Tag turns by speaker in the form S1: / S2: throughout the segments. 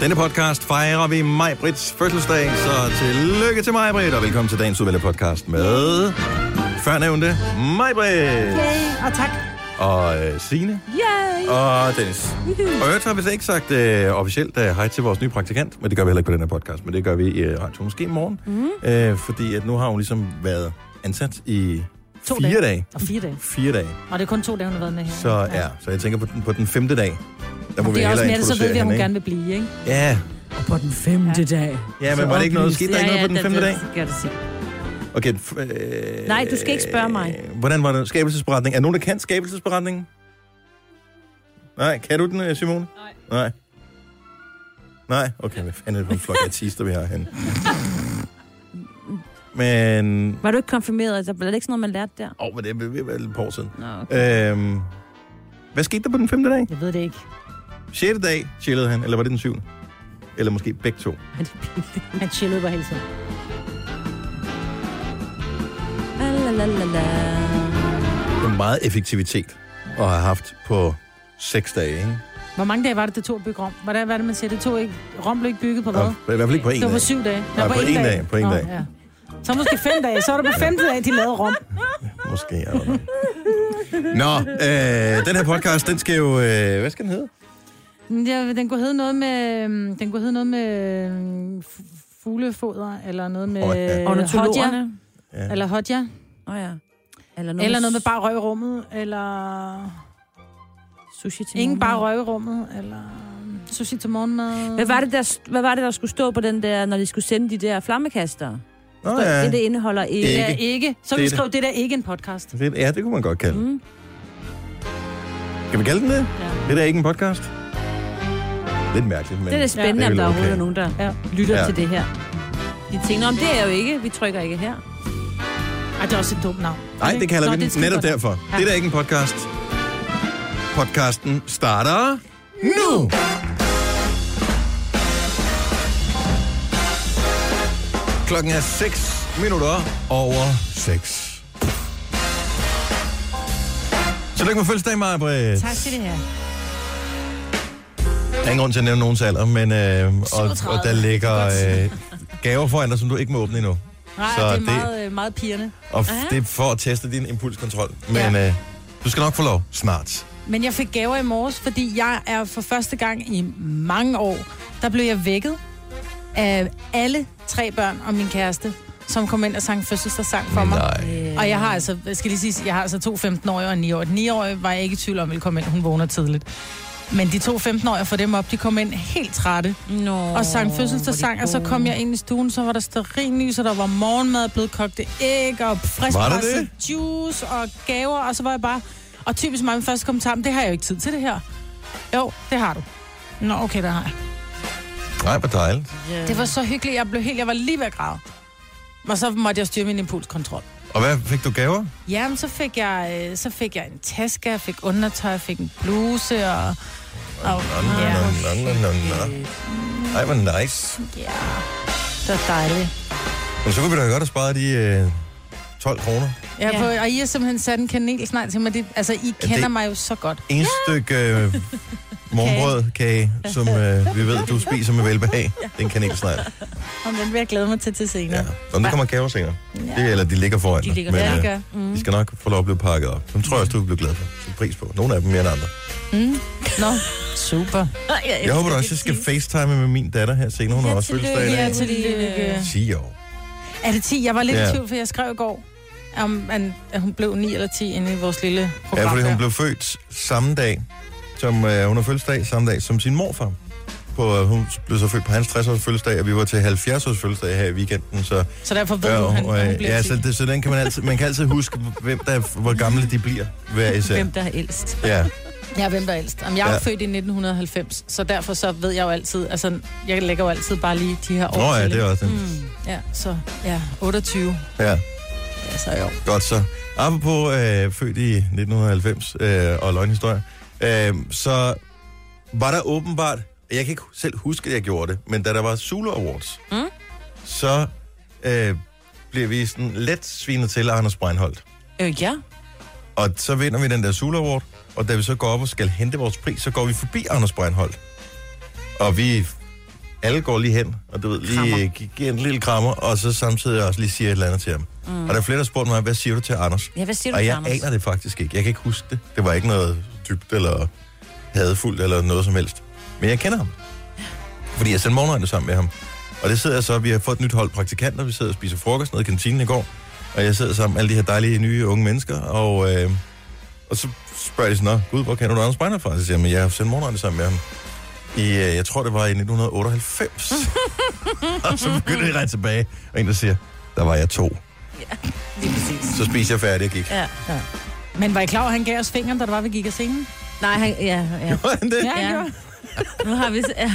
S1: denne podcast fejrer vi Majbrits fødselsdag, så tillykke til Majbrit, og velkommen til dagens udvalgte podcast med førnævnte Majbrit
S2: Yay, og tak.
S1: og øh, Signe
S2: Yay.
S1: og Dennis. Og jeg har vi slet ikke sagt øh, officielt øh, hej til vores nye praktikant, men det gør vi heller ikke på den her podcast, men det gør vi i øh, radio måske i morgen, mm. øh, fordi at nu har hun ligesom været ansat i
S2: To
S1: fire dage.
S2: dage.
S1: dage.
S2: Og fire dage.
S1: Fire dage.
S2: Og det er kun to dage, hun har været med her.
S1: Så ja. ja, så jeg tænker på den, på den femte dag. Der må
S2: Det er også mere, det, så ved
S1: introducere
S2: vi, at hun
S1: hende,
S2: gerne vil blive, ikke?
S1: ikke? Ja,
S3: På den femte dag.
S1: ja men
S3: Så
S1: var det ikke noget?
S3: oplyst.
S1: Skete der ikke noget på den femte dag?
S2: Gør det selv.
S1: Okay. f- Øh,
S2: Nej, du skal ikke spørge mig.
S1: øh, Hvordan var det? Skabelsesberetning. Er der nogen, der kan skabelsesberetningen? Nej, kan du den, øh, Simone? Nej. Nej. Nej? Okay, hvad fanden er det for en flok artister, vi har herinde? Men...
S3: Var du ikke konfirmeret? Altså, var det ikke sådan noget, man lærte der?
S1: Åh, oh, men det er ved at lidt på år siden.
S3: Nå, okay.
S1: Øhm, hvad skete der på den femte dag?
S2: Jeg ved det ikke.
S1: 6. dag chillede han, eller var det den syvende? Eller måske begge to.
S2: Men det er pinligt. Han chillede bare hele tiden.
S3: Lalalala.
S1: Det er meget effektivitet at have haft på seks dage, ikke?
S2: Hvor mange dage var det, det tog at bygge Rom? Hvordan var det, man siger? Det tog ikke... Rom blev ikke bygget på hvad?
S1: Og, I hvert fald ikke på en
S2: Det var på
S1: dag.
S2: syv dage. Nå,
S1: Nej, på
S2: én
S1: én dag, på én
S2: Nå,
S1: dag.
S2: Ja. Så måske fem dage. Så er det på femte dag, de lavede Rom.
S1: Måske, jeg ved det. Nå, øh, den her podcast, den skal jo... Øh, hvad skal den hedde?
S2: Ja, den kunne hedde noget med... øhm, Den kunne hedde noget med øhm, f- fuglefoder, eller noget med...
S1: Åh, ja.
S2: øh,
S3: Ornitologerne.
S2: hodja,
S1: Ja.
S2: Eller hodja.
S3: Åh oh, ja. Eller noget,
S2: Eller noget med bare røg i rummet, eller...
S3: sushi til
S2: Ingen bare
S3: morgenmad.
S2: røg i rummet, eller sushi til morgenmad.
S3: Hvad var, det, der, hvad var det, der skulle stå på den der, når de skulle sende de der flammekaster?
S1: Nå,
S3: Ja.
S1: ja.
S3: Det, det indeholder ikke.
S2: Det er
S1: Ikke.
S2: ikke. Så
S1: Det
S2: vi
S1: er det.
S2: skrev, det der ikke en podcast.
S1: Det- Ja, det kunne man godt kalde den.
S3: Mm.
S1: Kan vi kalde den det?
S2: Ja.
S1: Det er da ikke en podcast. Lidt mærkeligt, men...
S3: Det er da spændende,
S1: Ja, det er
S3: om
S1: vel
S3: der overhovedet
S1: okay.
S3: er nogen, der
S2: Ja.
S3: lytter
S1: Ja.
S3: til det her. De tænker, om det er jo ikke, vi trykker ikke her.
S2: Ej, det er også et dumt navn.
S1: Nej, det kalder
S2: Nå,
S1: vi den
S2: er
S1: netop
S2: skidegodt.
S1: derfor.
S2: Ja.
S1: Det er da ikke en podcast. Podcasten starter nu! Klokken er 6 minutter over 6. Tillykke med fødselsdag, Maja Britt.
S2: Tak skal det have.
S1: Der er ingen grund til at nævne nogens alder, men øh, og, og der
S2: 37.
S1: ligger øh, gaver foran dig, som du ikke må åbne endnu.
S2: Nej,
S1: Så
S2: det er
S1: det-
S2: meget, øh, meget pigerne.
S1: Og f-
S2: Ah.
S3: Aha.
S1: det er for at teste din impulskontrol. Men ja. øh, du skal nok få lov snart.
S2: Men jeg fik gaver i morges, fordi jeg er for første gang i mange år, der blev jeg vækket af alle tre børn og min kæreste, som kom ind og sang fødselsdagssang for mig.
S3: Øh,
S2: Og jeg har altså, jeg skal lige sige, jeg har altså to 15-årige og en 9-årige. Den 9-årige var jeg ikke i tvivl om, ville komme ind. Hun vågner tidligt. Men de to 15-årige for dem op, de kom ind helt trætte
S3: Nå,
S2: og sang fødselsdagssang, og så kom jeg ind i stuen, så var der stearinlys, og der var morgenmad, blødkogte æg, og
S1: Var der
S2: friskpresset juice, og gaver, og så var jeg bare... Og typisk mig, min første kommentar, "Men det har jeg jo ikke tid til det her. Jo, det har du. Nå, okay, det har jeg.
S1: Nej, hvor dejligt.
S2: Det var så hyggeligt, jeg blev helt, jeg var lige ved at græde. Og så måtte jeg styre min impulskontrol.
S1: Og hvad fik du gaver?
S2: Jamen, så fik jeg, øh, så fik jeg en taske, jeg fik undertøj, jeg fik en bluse, og... og
S1: Nå, nå,
S2: ja,
S1: nå, nå, nå, nå. Ej, hvor nice.
S2: ja, det var dejligt.
S1: Men så kunne vi da godt have sparet de øh, 12 kroner.
S2: Ja,
S3: Ja.
S2: ja. På, og I har simpelthen sat en kanelsnegl til mig. Det, altså, I kender
S1: det-
S2: det... mig jo så godt.
S1: En stykke øh, morgenbrød, kage, som øh, vi ved, du spiser med velbehag. Det er en kanelsnegl.
S2: Og den vil jeg glæde mig til til senere.
S1: Ja. Nå, men der kommer gaver senere. Det, eller de ligger foran dig.
S3: De ligger
S1: men,
S3: der.
S2: Ja,
S1: øh,
S2: det gør. Mm.
S1: de skal nok få lov at blive pakket op. Dem tror jeg også, du vil blive glad for. Sæt pris på. Nogle af dem mere end andre.
S2: Mm. Nå, super.
S1: Jeg håber da også, jeg skal facetime med min datter her senere. Hun har også fødselsdag i
S2: Ja,
S1: dag.
S2: tillykke.
S1: 10 år.
S2: Er det 10? Jeg var lidt
S1: Ja.
S2: i tvivl, for jeg skrev i går, om, an- at hun blev 9 eller 10 inde i vores lille program.
S1: Ja, fordi
S2: der.
S1: hun blev født samme dag, som øh, hun har fødselsdag, samme dag som sin morfar. På, øh, hun blev så født på hans 60-års fødselsdag, og vi var til 70-års fødselsdag her i weekenden. Så,
S2: Så derfor ved
S1: øh,
S2: du, han,
S1: og,
S2: hun
S1: øh,
S2: blev
S1: ja,
S2: 10.
S1: så, det, så den kan man, altid, man kan altid huske, hvem der, er- hvor gamle de bliver hver især.
S3: Hvem der er ældst.
S1: Ja.
S2: Ja, hvem der er ældst. Jamen, jeg er
S1: Ja.
S2: ja. født i 1990, så derfor så ved jeg jo altid, altså, jeg lægger jo altid bare lige de her år
S1: Nå ja,
S2: til,
S1: det er
S2: ikke?
S1: også den.
S3: Mm.
S2: Ja, så ja, 28.
S1: Ja,
S2: Ja, så jo.
S1: godt så. Apropos øh, født i 1990 øh, og løgnhistorie, øh, så var der åbenbart, jeg kan ikke selv huske, at jeg gjorde det, men da der var Zulu Awards, mm. så øh, blev vi sådan let svinet til af Anders Breinholt.
S3: Øh, ja.
S1: Og så vinder vi den der Zulu Award, og da vi så går op og skal hente vores pris, så går vi forbi Anders Breinholt. Og vi alle går lige hen, og du ved, lige øh, gi- giver en lille krammer, og så samtidig også lige siger et eller andet til ham. Mm. Og der er flere, der spurgte mig, hvad siger du til Anders?
S3: Ja, hvad siger du
S1: og
S3: til
S1: jeg
S3: Anders?
S1: aner det faktisk ikke. Jeg kan ikke huske det. Det var ikke noget dybt eller hadefuldt eller noget som helst. Men jeg kender ham. Fordi jeg sendte morgenøjne sammen med ham. Og det sidder jeg så, vi har fået et nyt hold praktikanter, vi sidder og spiser frokost nede i kantinen i går. Og jeg sidder sammen med alle de her dejlige nye unge mennesker, og, øh, og så spørger de sådan, "Nå, gud, hvor kender du Anders Brænder fra? Så siger jeg, "Men jeg har sendt morgenøjne sammen med ham. I, øh, jeg tror, det var i 1998. og så begynder de at regne tilbage, og en der siger, der var jeg to.
S3: Lige præcis.
S1: Så spiser jeg færdig og gik.
S3: Ja.
S2: Men var I klar over, at han gav os fingeren, da det var, vi gik af scenen?
S3: Nej, han, ja, ja.
S1: Var han det?
S2: Ja, han
S3: Ja.
S2: gjorde.
S3: Nu har vi... Ja.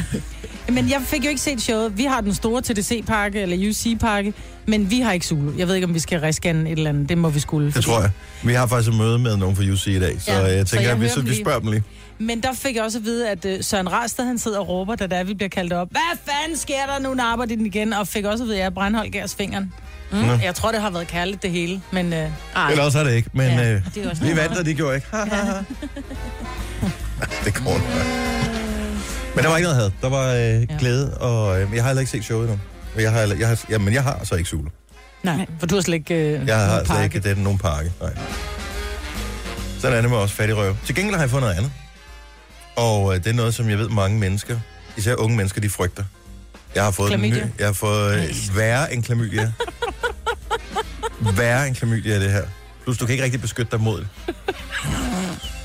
S2: Men jeg fik jo ikke set showet. Vi har den store TDC-pakke, eller UC-pakke, men vi har ikke Zulu. Jeg ved ikke, om vi skal rescanne et eller andet. Det må vi skulle.
S1: Det tror jeg. Vi har faktisk et møde med nogen fra UC i dag, så
S2: Ja,
S1: ja, jeg
S2: så
S1: tænker,
S2: jeg
S1: at vi,
S2: hører
S1: så,
S2: dem
S1: vi
S2: lige.
S1: spørger dem lige.
S2: Men der fik jeg også at vide, at øh, Søren Rastad, han sidder og råber, da der vi bliver kaldt op. Hvad fanden sker der nu, napper de den igen? Og fik også at vide, at jeg brændholdt gærs fingeren. Mm. Jeg tror, det har været kærligt, det hele. Men øh,
S3: Ej,
S1: Eller også er det ikke, men
S3: Ja,
S1: ja,
S3: det er jo
S1: øh,
S3: også
S1: vi
S3: noget
S1: vandt, og de gjorde ikke. Ha, ha, ha. det går nok. Men der var ikke noget had. Der var øh, glæde, og øh, jeg har heller ikke set showet endnu. Og Jeg har, heller- jeg har, ja, men jeg har så ikke Zulu.
S2: nej, for du har slet ikke... Øh,
S1: Jeg har
S2: nogen
S1: slet
S2: pakke.
S1: ikke den nogen pakke. Nej. Sådan er det med os fattige røv. Til gengæld har jeg fundet noget andet. Og øh, det er noget, som jeg ved mange mennesker, især unge mennesker, de frygter. Jeg har fået,
S2: Klamydia.
S1: Den nye, jeg har fået øh, værre end klamydia. værre end klamydia er det her. Plus, du kan ikke rigtig beskytte dig mod det.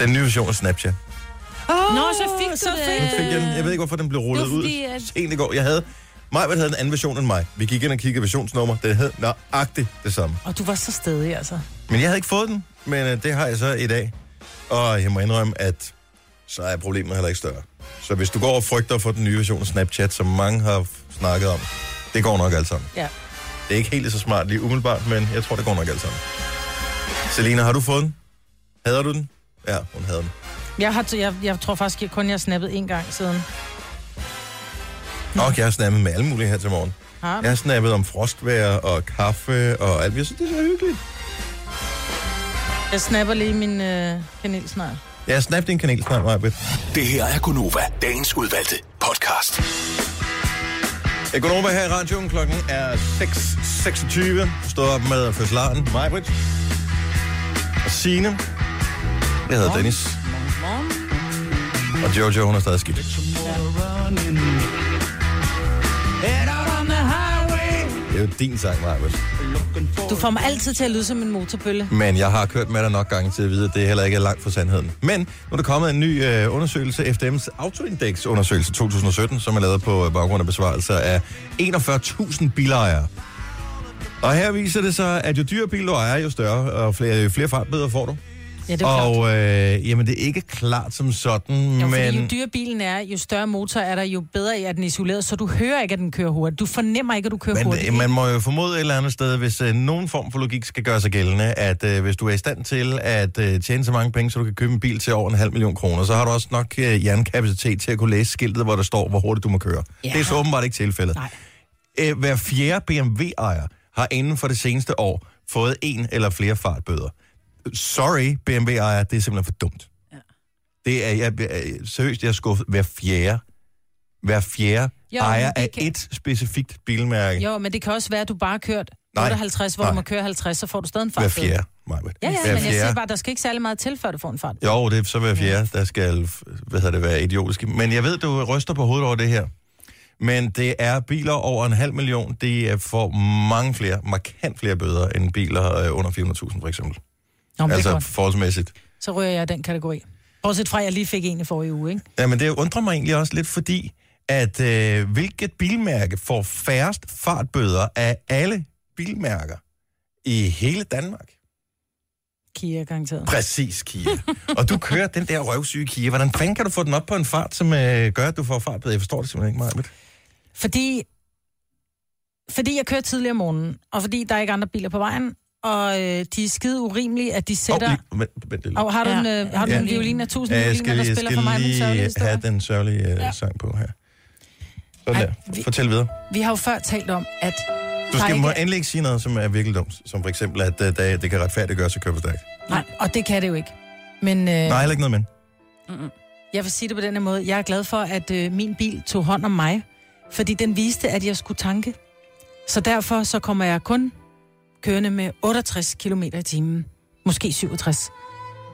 S1: Den nye version af Snapchat.
S3: Nå, så fik du
S2: så
S3: det.
S2: fik
S1: Jeg, fik den, jeg ved ikke, hvorfor den blev rullet
S3: Det var fordi,
S1: ud
S3: at-
S1: sent i går. Jeg havde, mig havde en anden version end mig. Vi gik ind og kiggede versionsnummer. Den hed nøjagtigt det samme.
S2: Og du var så stedig, altså.
S1: Men jeg havde ikke fået den, men øh, det har jeg så i dag. Og jeg må indrømme, at så er problemet heller ikke større. Så hvis du går og frygter for den nye version af Snapchat, som mange har f- snakket om, det går nok alt sammen.
S2: Ja.
S1: Det er ikke helt lige så smart lige umiddelbart, men jeg tror, det går nok alt sammen. Selina, har du fået den? Hader du den? Ja, hun havde den.
S2: Jeg, har, jeg, jeg tror faktisk jeg kun, jeg har snappet en gang siden.
S1: Og jeg har snappet med alle mulige her til morgen.
S2: Har
S1: Jeg har snappet om frostvær og kaffe og alt. Jeg synes, det er så hyggeligt.
S2: Jeg snapper lige min øh, kanel snart.
S1: Jeg har snappet en kanel snart, Majbet.
S4: Det her er Gunova, dagens udvalgte podcast.
S1: Økonomer her i radioen. Klokken er 6.26. Stå op med fødselaren, Majbrit. Og Signe. Jeg hedder Dennis. Og Jojo, hun er stadig skidt. Det er jo din sang, Majbrit.
S2: Du får mig altid til at lyde som en motorbølle.
S1: Men jeg har kørt med dig nok gange til at vide, at det heller ikke er langt fra sandheden. Men nu er der kommet en ny øh, undersøgelse, FDM's Autoindex-undersøgelse 2017, som er lavet på øh, baggrund af besvarelser af 41.000 bilejere. Og her viser det sig, at jo dyrere bil du ejer, jo større og flere, jo flere fartbøder får du.
S2: Ja, det er klart.
S1: Og øh, jamen, det er ikke klart som sådan,
S2: Jo, men... Jo
S1: men...
S2: dyrere bilen er, jo større motor er der, jo bedre er den isoleret, så du hører ikke, at den kører hurtigt. Du fornemmer ikke, at du kører
S1: Men
S2: hurtigt.
S1: øh, man må jo formode et eller andet sted, hvis øh, nogen form for logik skal gøre sig gældende, at øh, hvis du er i stand til at øh, tjene så mange penge, så du kan købe en bil til over en halv million kroner, så har du også nok øh, hjernekapacitet til at kunne læse skiltet, hvor der står, hvor hurtigt du må køre. Ja. Det er så åbenbart ikke tilfældet.
S2: Nej.
S1: Øh, hver fjerde BMW-ejer har inden for det seneste år fået en eller flere fartbøder. Sorry, BMW-ejer, det er simpelthen for dumt. Ja. Det er, jeg, jeg- seriøst, jeg er skuffet. Hver fjerde, hver fjerde
S2: Jo,
S1: jo,
S2: men
S1: ejer
S2: det
S1: af
S2: kan-
S1: et specifikt bilmærke.
S2: Jo, men det kan også være, at du bare har kørt
S1: Nej.
S2: 58, hvor du
S1: Nej.
S2: må køre 50, så får du stadig en fart.
S1: Hver fjerde, Majbert.
S2: Ja, ja,
S1: hver
S2: men jeg siger bare, at der skal ikke særlig meget til, før du får en fart.
S1: Jo, det er så hver fjerde, der skal, hvad hedder det, være idiotisk. Men jeg ved, du ryster på hovedet over det her. Men det er biler over en halv million, det er for mange flere, markant flere bøder, end biler øh, under 400.000 for eksempel.
S2: Nå, men altså... det er
S1: altså
S2: godt.
S1: forholdsmæssigt.
S2: Så ryger jeg i den kategori. Bortset fra, at jeg lige fik en i forrige uge, ikke?
S1: Ja, men det undrer mig egentlig også lidt, fordi at øh, hvilket bilmærke får færrest fartbøder af alle bilmærker i hele Danmark?
S2: Kia, garanteret.
S1: Præcis, Kia. og du kører den der røvsyge Kia. Hvordan fanden kan du få den op på en fart, som øh, gør, at du får fart bedre? Jeg forstår det simpelthen ikke meget.
S2: Fordi, fordi jeg kører tidligere om morgenen, og fordi der er ikke andre biler på vejen, og øh, de er skide urimelige, at de sætter... Oh,
S1: Oh, vent, vent, lidt.
S2: og har du,
S3: Ja.
S2: en, øh, har du
S1: Ja.
S2: ja. en violin af tusind
S1: Ja,
S2: violiner,
S1: jeg skal,
S2: der
S1: lige- jeg
S2: spiller
S1: skal
S2: for mig min sørgelige
S1: lige
S2: historie?
S1: have den sørgelige øh,
S2: Ja.
S1: sang på her. Sådan
S2: Ej,
S1: der.
S2: vi-
S1: Fortæl videre.
S2: Vi har jo før talt om, at...
S1: Du skal
S2: ikke-
S1: må endelig ikke sige noget, som er virkelig dumt. Som for eksempel, at øh, det, det kan retfærdiggøre sig at køre for stærkt.
S2: Nej, og det kan det jo ikke. Men øh,
S1: Nej, heller ikke noget, men.
S2: jeg vil sige det på den her måde. Jeg er glad for, at øh, min bil tog hånd om mig. Fordi den viste, at jeg skulle tanke. Så derfor så kommer jeg kun kørende med 68 km i timen. Måske 67.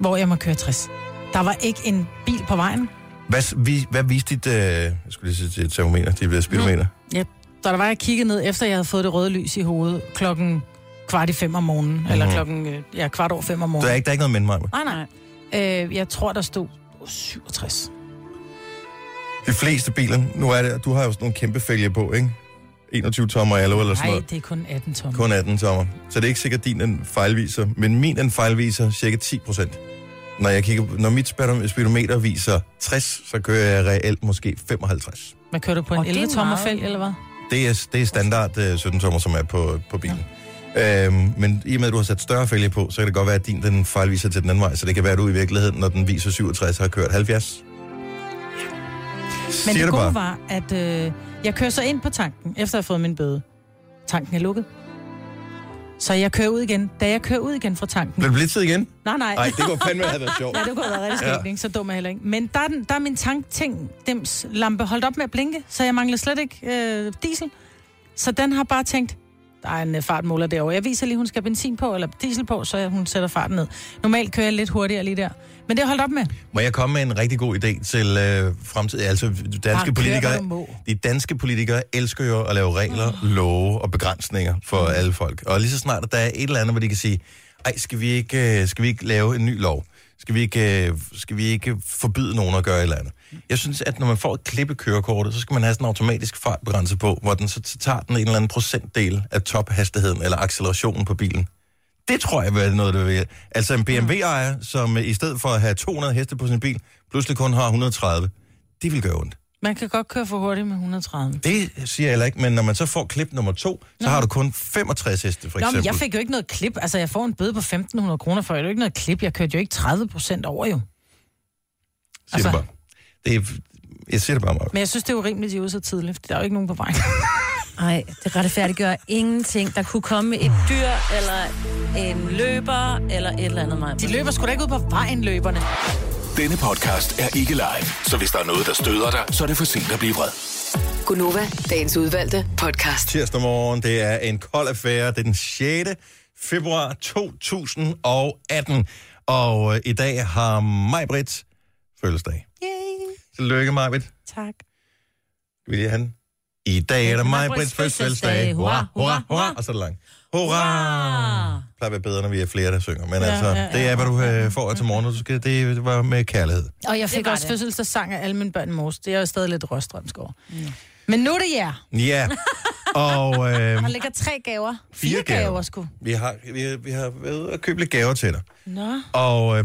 S2: Hvor jeg må køre 60. Der var ikke en bil på vejen.
S1: Hvad, vi, hvad viste dit, øh, jeg skulle lige sige til et termometer, det bliver speedometer?
S2: Ja, da der var, jeg kiggede ned, efter jeg havde fået det røde lys i hovedet, klokken kvart i fem om morgenen, mm-hmm. eller klokken, øh, ja, kvart over fem om
S1: Der
S2: morgenen.
S1: Mhm. er ikke, der er ikke noget men mig.
S2: Nej, nej. Øh, jeg tror, der stod 67.
S1: De fleste biler, nu er det, du har jo sådan nogle kæmpe fælge på, ikke? 21 tommer i alvo eller sådan
S2: Nej,
S1: noget.
S2: det er kun 18 tommer.
S1: Kun 18 tommer. Så det er ikke sikkert din den fejlviser, men min den fejlviser cirka 10 procent. Når, jeg kigger, på- når mit speedo- speedometer viser 60, så kører jeg reelt måske 55.
S2: Hvad kører du på
S3: Åh,
S2: en
S3: det er
S2: 11 tommer
S3: meget.
S2: fælg, eller hvad?
S1: Det er, det er standard øh, 17 tommer, som er på, på bilen. Øhm, men i og med, at du har sat større fælge på, så kan det godt være, at din den fejlviser til den anden vej. Så det kan være, at du i virkeligheden, når den viser 67, har kørt 70.
S2: Men
S1: Siger
S2: det
S1: det
S2: gode
S1: bare.
S2: var, at øh, jeg kører så ind på tanken, efter jeg har fået min bøde. Tanken er lukket. Så jeg kører ud igen. Da jeg kører ud igen fra tanken...
S1: Blev det blitzet igen?
S2: Nej, nej.
S1: Nej, det kunne fandme have været sjovt.
S2: Ja, det kunne have været rigtig skægt,
S1: Ja.
S2: ikke? så dum er jeg heller ikke. Men der er, den, der er min tankting, dems lampe holdt op med at blinke, så jeg mangler slet ikke øh, diesel. Så den har bare tænkt, der er en øh, fartmåler derovre. Jeg viser lige, hun skal have benzin på, eller diesel på, så hun sætter farten ned. Normalt kører jeg lidt hurtigere lige der. Men det er holdt op med.
S1: Må jeg komme med en rigtig god idé til øh, fremtiden? Altså, danske
S2: Bare kør,
S1: politikere,
S2: hvad du må.
S1: de danske politikere elsker jo at lave regler, love og begrænsninger for alle folk. Og lige så snart, at der er et eller andet, hvor de kan sige, ej, skal vi ikke, øh, skal vi ikke lave en ny lov? Skal vi, ikke, øh, skal vi ikke forbyde nogen at gøre et eller andet? Jeg synes, at når man får et klip i kørekortet, så skal man have sådan en automatisk fartbegrænse på, hvor den så t- tager den en eller anden procentdel af tophastigheden eller accelerationen på bilen. Det tror jeg vil være noget, der vil Altså en BMW-ejer, som øh, i stedet for at have 200 heste på sin bil, pludselig kun har 130, det vil gøre ondt.
S2: Man kan godt køre for hurtigt med 130.
S1: Det siger jeg heller ikke, men når man så får klip nummer to, så har du kun 65 heste, for
S2: Nå,
S1: eksempel.
S2: men jeg fik jo ikke noget klip. Altså, jeg får en bøde på 1.500 kroner for, jeg er jo ikke noget klip. Jeg kørte jo ikke 30 procent over, jo.
S1: Siger altså...
S2: altså-
S1: det bare. Det er, jeg siger det bare, Mark.
S2: Men jeg synes, det er urimeligt, at de er ude så tidligt, fordi der er jo ikke nogen på vejen.
S3: Nej, det retfærdiggør ingenting. Der kunne komme et dyr, eller en løber, eller et eller andet mig.
S2: De løber sgu da ikke ud på vejen, løberne.
S4: Denne podcast er ikke live, så hvis der er noget, der støder dig, så er det for sent at blive vred.
S5: Gunova, dagens udvalgte podcast.
S1: Tirsdag morgen, det er en kold affære. Det er den 6. februar 2018. Og øh, i dag har Majbrit fødselsdag.
S2: Yay.
S1: Tillykke, Majbrit.
S2: Tak.
S1: Vil I have den? I dag er der mig, Brits fødselsdag. Hurra, hurra, hurra. Og så er det langt.
S3: Ah,
S1: Hurra! Det plejer at være bedre, når vi er flere, der synger. Men altså,
S2: ja, ja.
S1: det er, hvad du øh, får til morgen. og Du skal, det var med kærlighed.
S2: Og jeg fik
S3: var
S2: også
S3: det.
S2: fødselsdagssang af alle mine børn i morges. Det er jo stadig lidt røstrømsk over. Men nu er det jer.
S1: Ja. Og øh,
S2: Der ligger tre gaver.
S1: Fire
S2: Fire
S1: gaver.
S2: gaver, sgu.
S1: vi, har, vi, har- vi har været ude og købe lidt gaver til dig.
S2: Nå.
S1: Og øh,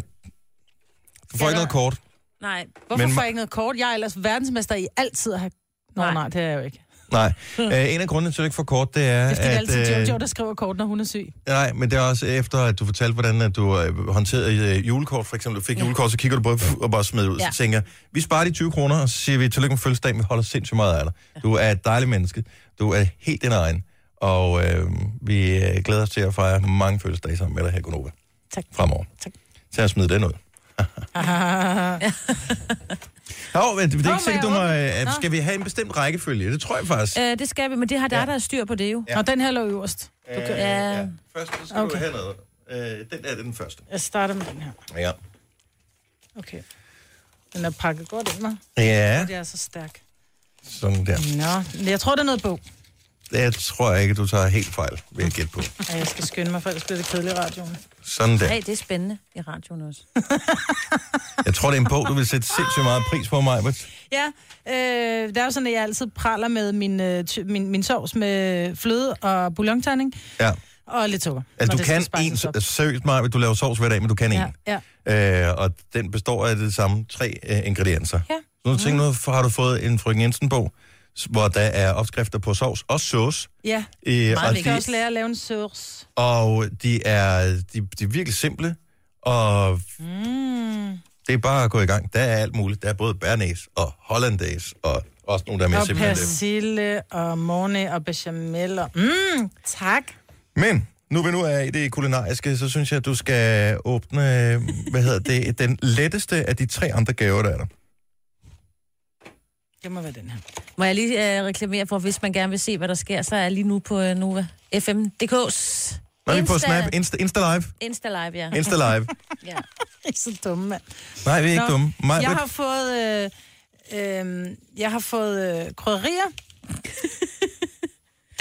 S1: du får
S3: Ja,
S1: ikke noget
S3: der-
S1: kort.
S3: Nej,
S2: Hvorfor
S1: Men-
S2: får jeg ikke noget kort? Jeg er ellers verdensmester i altid at have... Nå, nej,
S3: Nej.
S2: nej det er jeg jo ikke.
S1: Nej. Øh, en af grundene til, at du ikke får kort, det er,
S2: Det er fordi, det er altid
S1: at... øh,
S2: Jojo, der skriver kort, når hun er syg.
S1: Nej, men det er også efter, at du fortalte, hvordan at du øh, håndterede øh, julekort, for eksempel. Du fik ja. julekort, så kigger du på pff, og bare smider ud. Ja.
S3: Ja.
S1: Så tænker jeg, vi sparer de 20 kroner, og så siger vi, tillykke med fødselsdagen, vi holder sindssygt meget af dig. Du er et dejligt menneske. Du er helt din egen. Og øh, vi øh, glæder os til at fejre mange fødselsdage sammen med dig her i Gunova.
S2: Tak.
S1: Fremover.
S2: Tak.
S1: Til at smide den ud. Nå, men det, det er
S2: jeg
S1: ikke sikkert, du må...
S2: åbne?
S1: Øh, at-
S2: Nå.
S1: skal vi have en bestemt rækkefølge? Det tror jeg faktisk.
S3: øh, det skal vi, men det har der, der er styr på det jo.
S2: Ja. Og den her lå øverst.
S1: Øh,
S3: ja.
S1: Først så skal okay. du have noget. Øh, den der det er den første.
S2: Jeg starter med den her.
S1: Ja.
S2: Okay. Den er pakket godt ind, hva'?
S1: Ja,
S2: Det er så stærk.
S1: sådan der.
S2: Nå, men jeg tror, det er noget bog.
S1: Det tror jeg ikke, du tager helt fejl, vil jeg gætte på.
S2: Ja, jeg skal skynde mig, for ellers bliver det kedeligt i radioen.
S1: Sådan
S3: Hey,
S1: der.
S3: det er spændende i radioen også.
S1: Jeg tror, det er en bog, du vil sætte sindssygt meget pris på, mig.
S2: Ja, øh, det er jo sådan, at jeg altid praler med min, øh, ty- min, min sovs med fløde og bouillonterning
S1: Ja.
S2: og lidt sukker. når
S1: Altså, du
S2: det skal
S1: kan
S2: spices op.
S1: en, seriøst, Maja, du laver sovs hver dag, men du kan
S2: Ja,
S1: en.
S2: ja.
S1: Øh, og den består af det samme tre øh, ingredienser.
S2: Ja. Mm.
S1: Så nu tænker nu har du fået en Frøken Jensen-bog, s- hvor der er opskrifter på sovs og sauce.
S2: Ja,
S1: Øh, og,
S2: og vi kan
S1: de,
S2: også lære at lave en sauce.
S1: og de er, de, de er virkelig simple, og
S2: Mm.
S1: det er bare at gå i gang. Der er alt muligt. Der er både bernæs og hollandaise, og også nogle, der er mere
S2: Og
S1: simple end dem.
S2: persille og morne og bechamel. Og... Mm, tak.
S1: Men nu vi nu er i det kulinariske, så synes jeg, at du skal åbne, øh, hvad hedder det, den letteste af de tre andre gaver, der er der.
S2: Det må være den her.
S3: Må jeg lige øh, reklamere for, hvis man gerne vil se, hvad der sker, så er lige nu på øh, Nova FM.dk's
S1: Nå, vi på Snap. Insta, Insta Live.
S3: Insta Live, ja.
S1: Insta Live.
S3: ja.
S2: I er så dumme, mand.
S1: Nej, vi er ikke
S2: Nå,
S1: dumme. Maj,
S2: jeg
S1: Britt,
S2: har fået, øh, øh, jeg har fået øh, krydderier.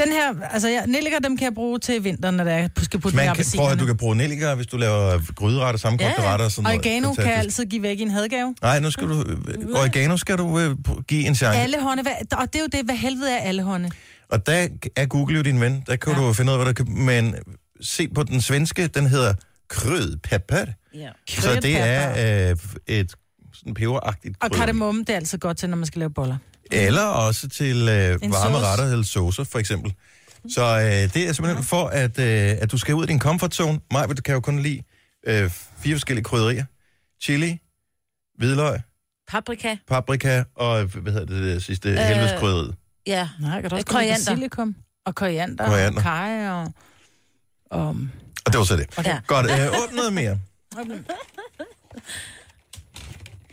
S2: Den her, altså jeg, nelliker, dem kan jeg bruge til vinteren, når jeg skal putte dem
S1: man kan, prøv at
S2: i
S1: høre,
S2: appelsinerne.
S1: du kan bruge nelliker, hvis du laver gryderetter, sammenkogte
S3: Ja, ja.
S1: retter og sådan noget.
S2: Oregano kan jeg
S1: Fantastisk.
S2: altid give væk i en hadgave.
S1: Nej, nu skal du... øh, Oregano skal du øh, pr- give en chance.
S2: Alle hånde, hvad, og det er jo det, hvad helvede er alle hånde.
S1: Og der er Google jo din ven. Der kan ja. du finde ud af, hvad der kan... Men se på den svenske, den hedder krødpepper.
S3: ja.
S1: Så det er øh, et sådan peberagtigt
S2: Og
S1: krydder.
S2: kardemomme, det er altså godt til, når man skal lave boller.
S1: Eller også til øh,
S2: En
S1: varme
S2: sauce.
S1: retter eller saucer, for eksempel. Så øh, det er simpelthen for, at, øh, at du skal ud af din comfortzone. Maj, du kan jo kun lide øh, fire forskellige krydderier. Chili, hvidløg,
S3: Paprika,
S1: paprika og, øh, hvad hedder det, det sidste, øh, helvedeskrydderiet.
S3: ja.
S2: Nej, kan du også
S3: Og koriander.
S2: Øh, koriander. basilikum? Og koriander,
S1: Koriander.
S2: og kaj og... og
S1: Og det var så det.
S3: Okay.
S1: Godt, øh, åbne noget mere.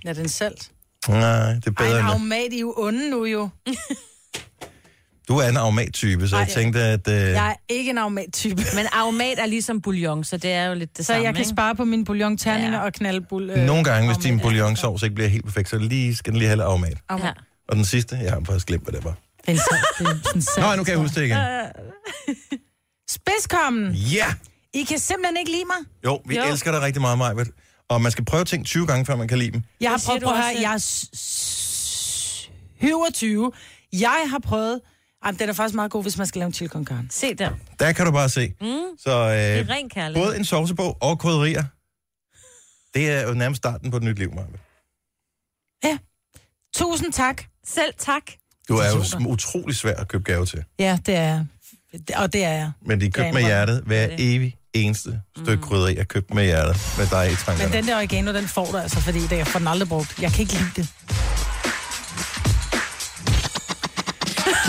S2: ja, den er salt.
S1: Nej, det er
S2: Ej,
S1: bedre
S2: en
S1: end
S2: aromat, I er jo onde nu jo.
S1: Du er en aromat-type, så jeg
S2: Ej,
S1: tænkte, at... Øh,
S2: Jeg er ikke en aromat-type.
S3: Men aromat er ligesom bouillon, så det er jo lidt det
S2: Så
S3: samme,
S2: jeg kan
S3: ikke?
S2: spare på mine bouillon-terninger
S3: Ja.
S2: og øh, knalde bull...
S1: Nogle gange, hvis din bouillonsovs ikke bliver helt perfekt, så lige, skal den lige have lidt aromat.
S2: Ja.
S3: Ja.
S1: Og den sidste, jeg har faktisk glemt, hvad det var.
S2: Det er en salt. Det er sådan en salt.
S1: Nå, nu kan jeg huske det igen.
S2: Spidskommen!
S1: Ja!
S2: I kan simpelthen ikke lide mig.
S1: Jo, vi
S3: Jo.
S1: elsker dig rigtig meget, Majbert. Og man skal prøve ting 20 gange, før man kan lide dem.
S2: Jeg har
S3: Det siger
S2: prøvet
S3: du
S2: på
S3: også
S2: her.
S3: selv.
S2: Jeg er s- s- 27. Jeg har prøvet... Ej, men den er faktisk meget god, hvis man skal lave en chili con carne.
S3: Se der.
S1: Der kan du bare se. Mm. Så
S3: Det er
S1: øh,
S3: ren kærlighed.
S1: både en sovsebog og krydderier, det er jo nærmest starten på et nyt liv, Majbert.
S2: Tusind tak.
S3: Selv tak.
S1: Du er jo sm- utrolig svær at købe gave til.
S2: Ja, det er jeg. Det- Og det er jeg.
S1: Men de er købt
S2: Ja,
S1: med
S2: indrømme.
S1: hjertet. Hver
S3: Det er
S1: evig eneste stykke krydderi er købt med hjertet. Med dig i
S2: Men
S1: tankerne.
S2: den der oregano, den får du altså, fordi det jeg får den aldrig brugt. Jeg kan ikke lide det.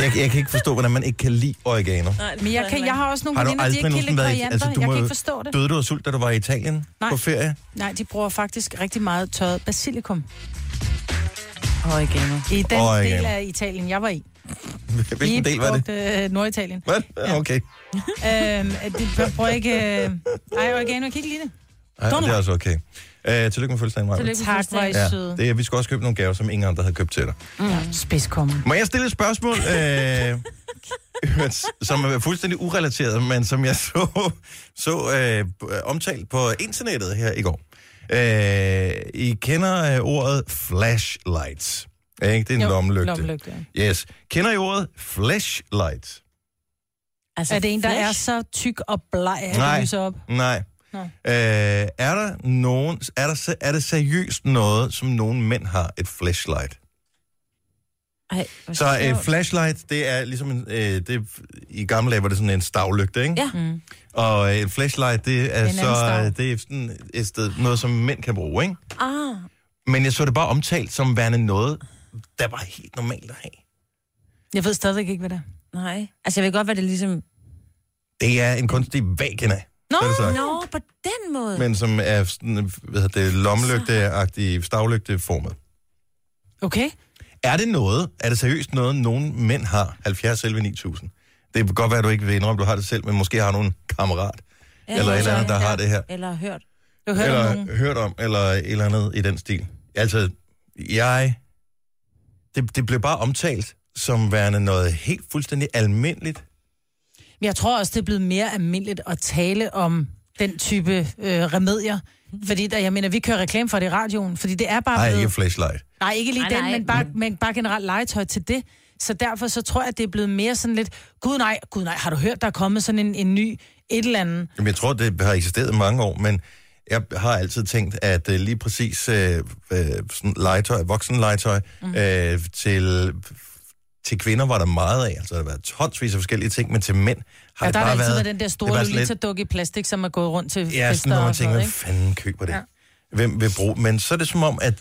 S1: Jeg, jeg kan ikke forstå, hvordan man ikke kan lide oregano.
S2: Men jeg, kan, jeg har også nogle
S1: Har du
S2: veninder, de
S1: aldrig
S2: ikke kan lide
S1: nogensinde været i...
S2: koriander. Altså, jeg
S1: må
S2: kan
S1: jo-
S2: ikke forstå det.
S1: Døde du af sult, da du var i Italien
S2: Nej.
S1: på ferie?
S2: Nej, de bruger faktisk rigtig meget tørret basilikum.
S3: Oregano.
S2: I den
S1: Åh,
S2: del
S1: igen.
S2: af Italien, jeg var i.
S1: Hvilken
S2: I
S1: del var det?
S2: brugte, øh, Norditalien.
S1: Hvad? Ja, Okay.
S2: øhm, de bruger ikke... Øh... Ej, oregano, jeg kan ikke lide det.
S1: Ej,
S2: Dum
S1: det er også okay. Øh, tillykke med fødselsdagen, Maja.
S3: Tillykke.
S2: Tak, hvor er I
S1: Ja,
S2: søde.
S1: det, er- vi skal også købe nogle gaver, som ingen andre havde købt til dig.
S2: Ja. Spidskommen.
S1: Må jeg stille et spørgsmål, øh, som er fuldstændig urelateret, men som jeg så, så øh, omtalt på internettet her i går. Øh, I kender øh, ordet flashlights. Ja, ikke? Det er en
S2: Jo,
S1: lommelygte.
S2: lommelygte,
S1: Yes. Kender I ordet flashlight?
S3: Altså,
S2: Er det en, der
S3: flash?
S2: er så tyk og bleg, at
S1: Nej.
S2: det lyser op?
S1: Nej.
S2: Nå.
S1: Øh, er, der nogen, er, der, se- er det seriøst noget, som nogle mænd har et flashlight?
S3: Ej, hvor
S1: Så et
S3: sjovt.
S1: øh, flashlight, det er ligesom en, øh, det, i gamle dage var det sådan en stavlygte, ikke?
S3: Ja.
S2: Mm.
S1: Og øh, et flashlight, det er
S2: En anden
S1: så
S2: stav.
S1: øh, det er sådan et sted, noget, som mænd kan bruge, ikke?
S3: Ah,
S1: Men jeg så det bare omtalt som værende noget, der var helt normalt at have.
S2: Jeg ved stadigvæk ikke, hvad det er.
S3: nej. Altså, jeg ved godt, hvad det ligesom...
S1: Det er en kunstig vagina,
S3: Nå,
S1: så er det sagt.
S3: nå, på den måde. Men...
S1: men som er sådan, øh, hvad hedder det, lommelygte-agtig, stavlygte-formet.
S2: Okay.
S1: Er det noget, er det seriøst noget, nogen mænd har, 70 11 9000? Det kan godt være, at du ikke vil indrømme, du har det selv, men måske har du en kammerat, ja, eller et eller andet, der har det her.
S3: Eller har hørt.
S2: Du hører eller... nogen.
S1: Eller hørt om, eller et eller andet i den stil. Altså, jeg... Det, det blev bare omtalt som værende noget helt fuldstændig almindeligt.
S2: Men jeg tror også, det er blevet mere almindeligt at tale om den type øh, remedier. Fordi der, jeg mener, vi kører reklame for det i radioen, fordi det er bare
S1: Ej,
S2: blevet...
S1: ikke flashlight.
S2: Nej, ikke lige
S3: Nej,
S2: den,
S3: nej.
S2: Men, bare, men bare generelt legetøj til det. Så derfor så tror jeg, at det er blevet mere sådan lidt, gud nej, gud nej, har du hørt, der er kommet sådan en, en ny et eller andet?
S1: Jamen, jeg tror, det har eksisteret i mange år, men jeg har altid tænkt, at øh, lige præcis øh, øh, sådan legetøj, voksenlegetøj,
S2: Mhm.
S1: mm. øh, til, til kvinder var der meget af. Altså, der har været tonsvis af forskellige ting, men til mænd har
S2: Ja,
S1: det
S2: der har
S1: bare
S2: altid
S1: været...
S2: været den der
S1: det har
S2: store
S1: været sådan lidt-
S2: Lolita-dukke i plastik, som er gået rundt til
S1: Ja, sådan
S2: fester
S1: nogle
S2: og
S1: ting,
S2: sådan noget,
S1: hvad
S2: ikke?
S1: fanden køber det? Ja. Hvem vil bruge? Men så er det som om, at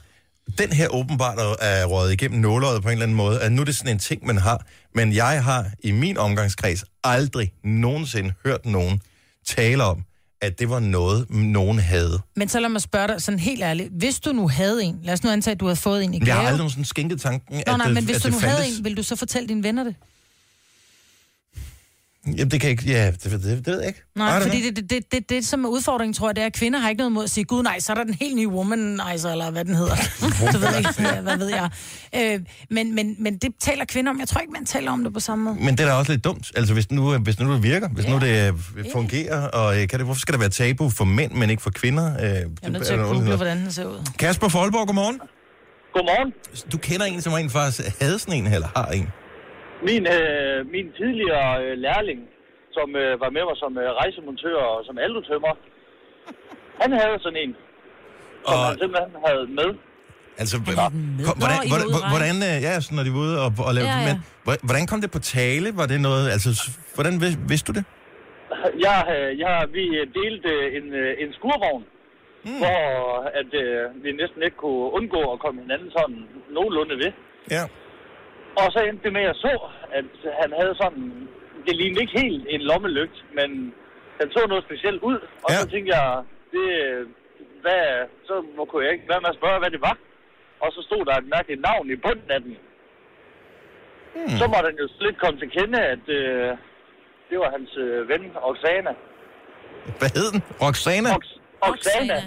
S1: den her åbenbart er- er røget igennem nåløjet på en eller anden måde, at nu er det sådan en ting, man har. Men jeg har i min omgangskreds aldrig nogensinde hørt nogen tale om, at det var noget, nogen havde.
S2: Men så lad mig spørge dig sådan helt ærligt. Hvis du nu havde en, lad os nu antage, at du havde fået en i
S1: Men
S2: gave.
S1: Jeg har aldrig nogensinde skænket tanken,
S2: Nå,
S1: at,
S2: nej,
S1: det-
S2: men hvis
S1: at
S2: du
S1: det
S2: nu
S1: fandtes.
S2: havde en, ville du så fortælle dine venner det?
S1: Jamen, det kan jeg ikke. Ja, det, det, det ved jeg ikke. I
S2: Nej,
S1: don't
S2: fordi
S1: know.
S2: det, det, det, det, det, som er udfordringen, tror jeg, det er, at kvinder har ikke noget mod at sige, gud nej, så er der den helt nye womanizer, eller hvad den hedder. så ved jeg ikke, sådan, hvad ved jeg. Øh, men, men, men det taler kvinder om. Jeg tror ikke, man taler om det på samme måde.
S1: Men det er da også lidt dumt. Altså, hvis nu, hvis nu det virker, hvis nu det øh, fungerer, og øh, kan det, hvorfor skal der være tabu for mænd, men ikke for kvinder? Øh, det
S2: Jeg er nødt til
S1: er
S2: at
S1: der nogen, der
S2: google,
S1: hedder.
S2: hvordan den ser ud.
S1: Kasper Folborg, godmorgen.
S6: Godmorgen.
S1: Du kender en, som rent faktisk havde sådan en, eller har en.
S6: Min, øh, min tidligere øh, lærling, som øh, var med mig som øh, rejsemontør og som aldotømmer, han havde sådan en, som
S1: Og,
S6: han simpelthen havde med.
S1: altså, hvordan, kom,
S3: Nå, I
S1: hvordan,
S3: var
S1: hvordan,
S3: ude at
S1: hvordan, øh, ja, sådan, når de var ude og, og lavede,
S3: Ja,
S1: ja, ja.
S3: ja.
S1: men hvor- hvordan kom det på tale? Var det noget, altså, s- hvordan vid- vidste du det?
S6: Jeg, øh, jeg, vi delte øh, en, øh, en skurvogn, mm. hvor at, øh, vi næsten ikke kunne undgå at komme hinanden sådan nogenlunde ved.
S1: Ja.
S6: Og så endte det med, at jeg så, at han havde sådan... Det lignede ikke helt en lommelygt, men den så noget specielt ud. Og ja. så
S1: Ja.
S6: tænkte jeg, det, hvad, så må- kunne jeg ikke være med at spørge, hvad det var. Og så stod der et mærkeligt navn i bunden af den. Hmm. Så må den jo lidt komme til kende, at øh, det var hans øh, ven, Oksana.
S1: Hvad hed den? Roxana?
S6: Oks- Oksana.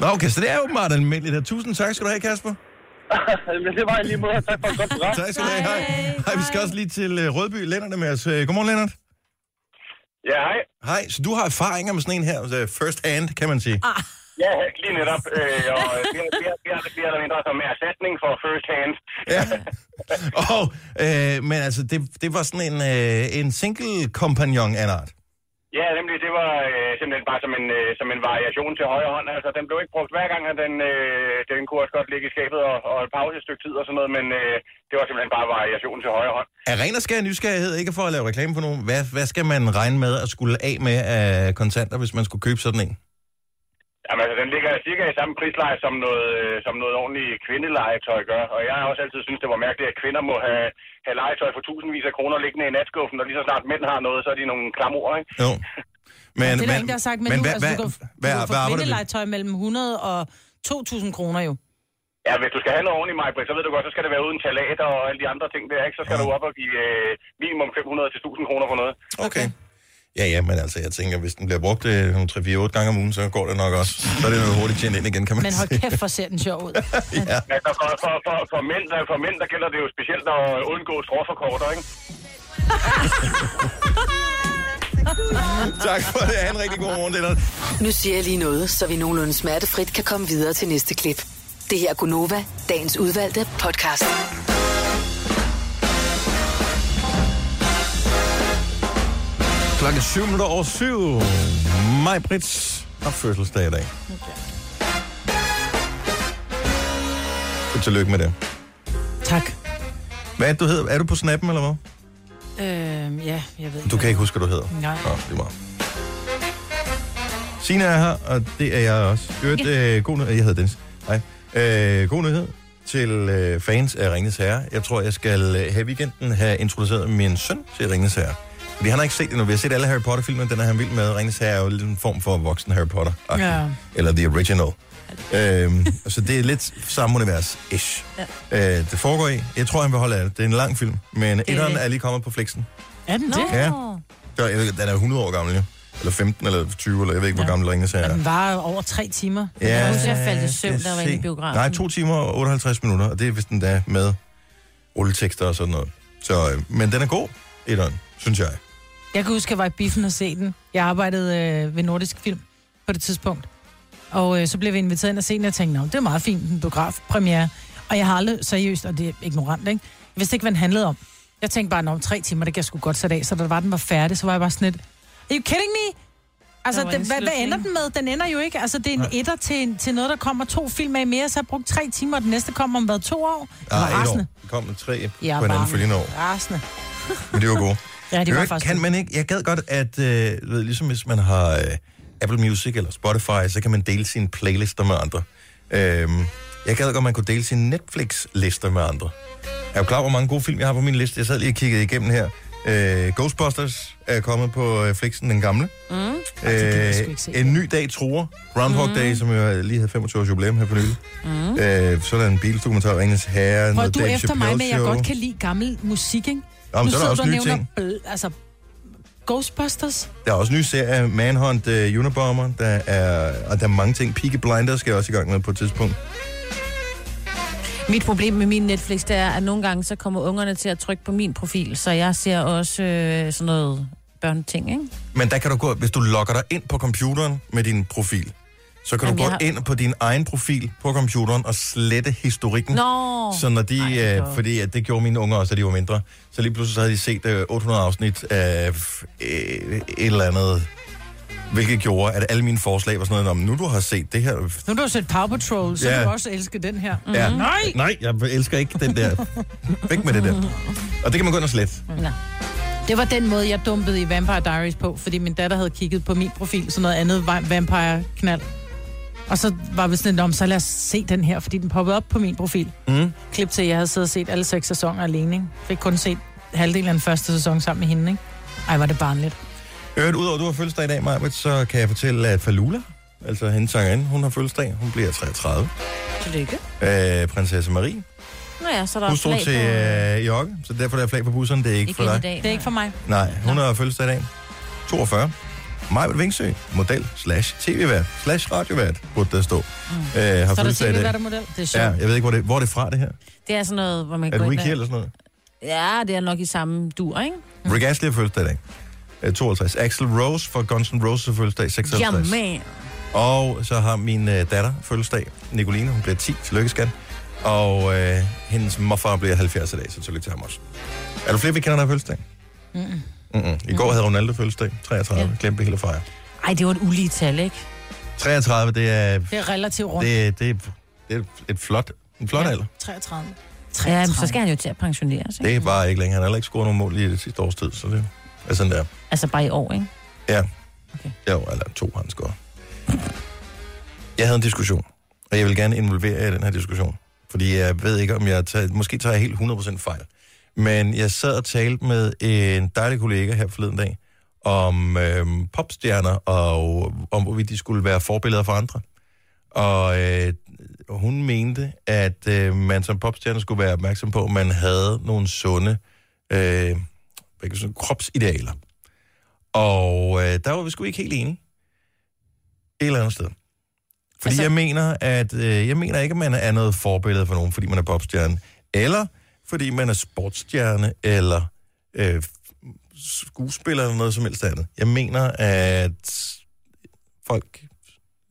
S1: Nå, okay, så det er åbenbart almindeligt. her. Tusind tak skal du have, Kasper.
S6: men det var jeg lige måde. Tak for et godt program.
S1: Tak skal du have. Hej. Hej, vi skal også lige til øh, Rødby. Lennart er med os. Øh, Godmorgen, Lennart.
S6: Ja, hej.
S1: Hej, så du har erfaringer med sådan en her, altså first hand, kan man sige. Ah.
S7: Ja, lige netop. Øh, og det er- det er- det er- det bliver der mindre som mere erstatning for first hand.
S1: Ja. Og, øh, men altså, det, det var sådan en, øh, en single kompagnon af en art.
S7: Ja, nemlig, det var øh, simpelthen bare som en, øh, som en variation til højre hånd. Altså, den blev ikke brugt hver gang, og den, øh, den kunne også godt ligge i skabet og, og et pause et stykke tid og sådan noget, men øh, det var simpelthen bare variation til højre hånd.
S1: Af ren og skær nysgerrighed, ikke for at lave reklame for nogen, hvad, hvad skal man regne med at skulle af med af kontanter, hvis man skulle købe sådan en?
S7: Jamen, altså, den ligger cirka i samme prisleje som noget, øh, som noget ordentligt kvindelegetøj gør. Og jeg har også altid synes det var mærkeligt, at kvinder må have, have legetøj for tusindvis af kroner liggende i natskuffen, og lige så snart mænd har noget, så er de nogle klamor, ikke?
S1: Jo. Men,
S2: det er der ingen, der har sagt, men, men nu, altså, du kan, hvad, du kan få kvindelegetøj mellem 100 og 2.000 kroner jo.
S7: Ja, hvis du skal have noget ordentligt, Majbrit, så ved du godt, så skal det være uden talater og alle de andre ting der, ikke? Så skal
S1: Ja.
S7: ja. du op og give øh, minimum 500 til 1000 kroner for noget.
S1: Okay. Ja, ja, men altså, jeg tænker, hvis den bliver brugt øh, nogle 3-4-8 gange om ugen, så går det nok også. Så er det noget hurtigt tjent ind igen, kan man
S2: Men hold kæft, hvor ser den sjov ud.
S7: Altså, for, for, for, for, mænd, der, for mænd, der gælder det jo specielt at undgå stråforkorter, ikke?
S1: tak for det. Ha' en rigtig god morgen, Lennart.
S5: Nu siger jeg lige noget, så vi nogenlunde smertefrit kan komme videre til næste klip. Det her er Gunova, dagens udvalgte podcast.
S1: Klokken er syv minutter over syv. Maj Brits har fødselsdag i dag. Okay. Tillykke med det.
S2: tak.
S1: Hvad er det, du hedder? Er du på snappen, eller hvad?
S2: Øh, ja, jeg ved
S1: Du kan ikke huske, hvad du hedder.
S2: Nej.
S1: Nå, det var. Sina er her, og det er jeg også. Hørt, øh, god nyhed. Jeg hedder Dennis. Nej. Øh, god nyhed til øh, fans af Ringens Herre. Jeg tror, jeg skal øh, her i weekenden have introduceret min søn til Ringens Herre. Fordi han har ikke set det endnu. Vi har set alle Harry Potter-filmer, den er han vild med. Ringens Herre er jo lidt en form for voksen Harry Potter.
S2: Ja.
S1: Eller The Original. øhm, så det er lidt samme univers-ish. Ja. Øh, det foregår i. Jeg tror, han vil holde af det. Det er en lang film, men etteren er lige kommet på flexen.
S2: Er den det?
S1: Ja. Der, jeg ved, ikke, den er 100 år gammel, jo. Eller 15 eller 20, eller jeg ved ikke, hvor
S2: Ja.
S1: gammel Ringes er.
S2: Den varer over tre timer.
S1: Ja,
S3: Jeg husker, jeg faldt i søvn,
S1: jeg
S3: da jeg var inde i
S1: se.
S3: biografen.
S1: Nej, to timer og 58 minutter, og det er vist den der med rulletekster og sådan noget. Så, øh, men den er god, etteren, synes jeg.
S2: Jeg kan huske, at jeg var i biffen og se den. Jeg arbejdede øh, ved Nordisk Film på det tidspunkt. Og øh, så blev vi inviteret ind og se den, og jeg tænkte, "Nå, det er meget fint, en biografpremiere. Og jeg har aldrig seriøst, og det er ignorant, ikke? Jeg vidste ikke, hvad den handlede om. Jeg tænkte bare, "Nå, om tre timer, det kan jeg sgu godt sætte af. Så da var, den var færdig, så var jeg bare sådan lidt, Are you kidding me? Altså,
S3: Der var en
S2: det, hvad, hvad
S3: slutning.
S2: ender den med? Den ender jo ikke. Altså, det er en etter til, en- til noget, der kommer to film af mere, så har jeg brugt tre timer, og den næste kommer om hvad, to år? Jeg var
S1: Ah, et år.
S2: rasende.
S1: Kom med tre
S2: Jeg
S1: på en anden
S2: var
S1: følgende år.
S2: rasende.
S1: Men det var gode.
S2: Ja, det var
S1: Øvrigt
S2: faktisk
S1: kan man ikke, jeg gad godt, at øh, du ved, ligesom hvis man har øh, Apple Music eller Spotify, så kan man dele sine playlister med andre. Øhm, jeg gad godt, at man kunne dele sine Netflix-lister med andre. Er du klar, over, hvor mange gode film jeg har på min liste? Jeg sad lige og kiggede igennem her. Øh, Ghostbusters er kommet på øh, Flixen, den gamle. Mm.
S2: jeg
S1: Øh,
S2: sgu ikke se.
S1: en ny dag tror. Groundhog mm. Day, som jo lige havde 25 års jubilæum her for nylig. Mm. Øh, så er der en bildokumentar, Ringens Herre,
S2: Prøv,
S1: noget
S2: du er
S1: Dave
S2: efter mig
S1: Chappelle
S2: med, at jeg
S1: show.
S2: godt kan lide gammel musik, ikke?
S1: Nå, men
S2: nu
S1: så er der
S2: sidder
S1: også
S2: du og
S1: nye
S2: nævner
S1: ting.
S2: bl- altså, Ghostbusters.
S1: Der er også en ny serie, Manhunt, uh, Unabomber, der er, og der er mange ting. Peaky Blinders skal jeg også i gang med på et tidspunkt.
S3: Mit problem med min Netflix, det er, at nogle gange så kommer ungerne til at trykke på min profil, så jeg ser også øh, sådan noget børneting, ikke?
S1: Men der kan du gå, hvis du logger dig ind på computeren med din profil, så kan
S3: Jamen,
S1: du gå
S3: jeg har-
S1: ind på din egen profil på computeren og slette historikken.
S3: Nå!
S1: Så når de,
S3: Ej,
S1: Ej,
S3: hvor-
S1: fordi at det gjorde mine unger også, da de var mindre, så lige pludselig så havde de set øh, 800 afsnit af øh, et eller andet, hvilket gjorde, at alle mine forslag var sådan noget, om nu du har set det her,
S3: Mhm.
S2: Nu har du set Power Patrol, så
S1: Ja.
S2: yeah. du også elske den her. Mm.
S1: Ja. Nej! Nej, jeg elsker ikke den der. Væk med det der. Og det kan man gå ind og slette.
S2: Det var den måde, jeg dumpede i Vampire Diaries på, fordi min datter havde kigget på min profil, sådan noget andet va- vampire-knald. Og så var vi sådan lidt om, så lad os se den her, fordi den poppede op på min profil.
S1: Mm.
S2: Klip til, at jeg havde siddet og set alle seks sæsoner alene, ikke? Fik kun set halvdelen af den første sæson sammen med hende, ikke? Ej, var det barnligt.
S1: Øvrigt, udover at du har fødselsdag i dag, Majbert, så kan jeg fortælle, at Falula, altså hende sangerinde, hun har fødselsdag. Hun bliver 33.
S3: Tillykke.
S1: Øh, prinsesse Marie.
S3: Nå ja, så er der
S1: Hun
S3: også
S1: stod
S3: flag
S1: til
S3: på,
S1: øh, Jokke, så derfor der er flag på busserne. Det er ikke,
S3: ikke
S1: for
S3: ind
S1: dig.
S3: i dag.
S2: Det er ikke for mig.
S1: Nej, hun har fødselsdag i dag. 42. Majbert Vingsø, model slash tv-vært slash radiovært, burde der stå. Mm. Øh, har
S2: Så er der
S1: fødselsdag i dag.
S2: tv-værtermodel. Det er sjovt.
S1: Ja,
S2: Ja.
S1: jeg ved ikke, hvor det, hvor er det fra, det her.
S3: Det er sådan noget, hvor man
S1: Er det
S3: går ind
S1: Wiki
S3: og-
S1: eller sådan noget?
S3: Ja, det er nok i samme dur, ikke?
S1: Mm. Rick Astley har fødselsdag i dag. Øh, 52. Axel Rose fra Guns N' Roses har fødselsdag i 56.
S3: Jamen.
S1: Og så har min øh, datter fødselsdag. Nicoline, hun bliver 10. Tillykke, skat. Og øh, hendes morfar bliver 70 i dag, så tillykke til ham også. Er du flere, vi kender, der har fødselsdag? Mm-mm. I går havde Ronaldo fødselsdag. 33.
S3: Ja.
S1: Glemte hele fejre.
S3: Ej, det var et ulige tal, ikke?
S1: 33, det er,
S2: Det er relativt rundt.
S1: det, er- det, er- det er et flot, en flot ja. alder.
S2: 33.
S3: Ja, men
S2: 33.
S3: så skal han jo til at pensioneres, ikke?
S1: Det er bare ikke længere. Han har heller ikke scoret nogen mål i det sidste års tid, så det er sådan der.
S3: Altså bare i år, ikke?
S1: Ja. Okay.
S3: Okay.
S1: Jo, eller to han skår. Jeg havde en diskussion, og jeg vil gerne involvere jer i den her diskussion. Fordi jeg ved ikke, om jeg tager... Måske tager jeg helt 100% fejl. Men jeg sad og talte med en dejlig kollega her forleden dag om øhm, popstjerner, og om hvorvidt de skulle være forbilleder for andre. Og øh, hun mente, at øh, man som popstjerne skulle være opmærksom på, at man havde nogle sunde øh, hvad kan jeg sige, kropsidealer. Og øh, der var vi sgu ikke helt enige. Et eller andet sted. Fordi altså...
S3: Altså-
S1: jeg mener, at øh, jeg mener ikke, at man er noget forbillede for nogen, fordi man er popstjerne. Eller fordi man er sportsstjerne, eller øh, skuespiller, eller noget som helst andet. Jeg mener, at folk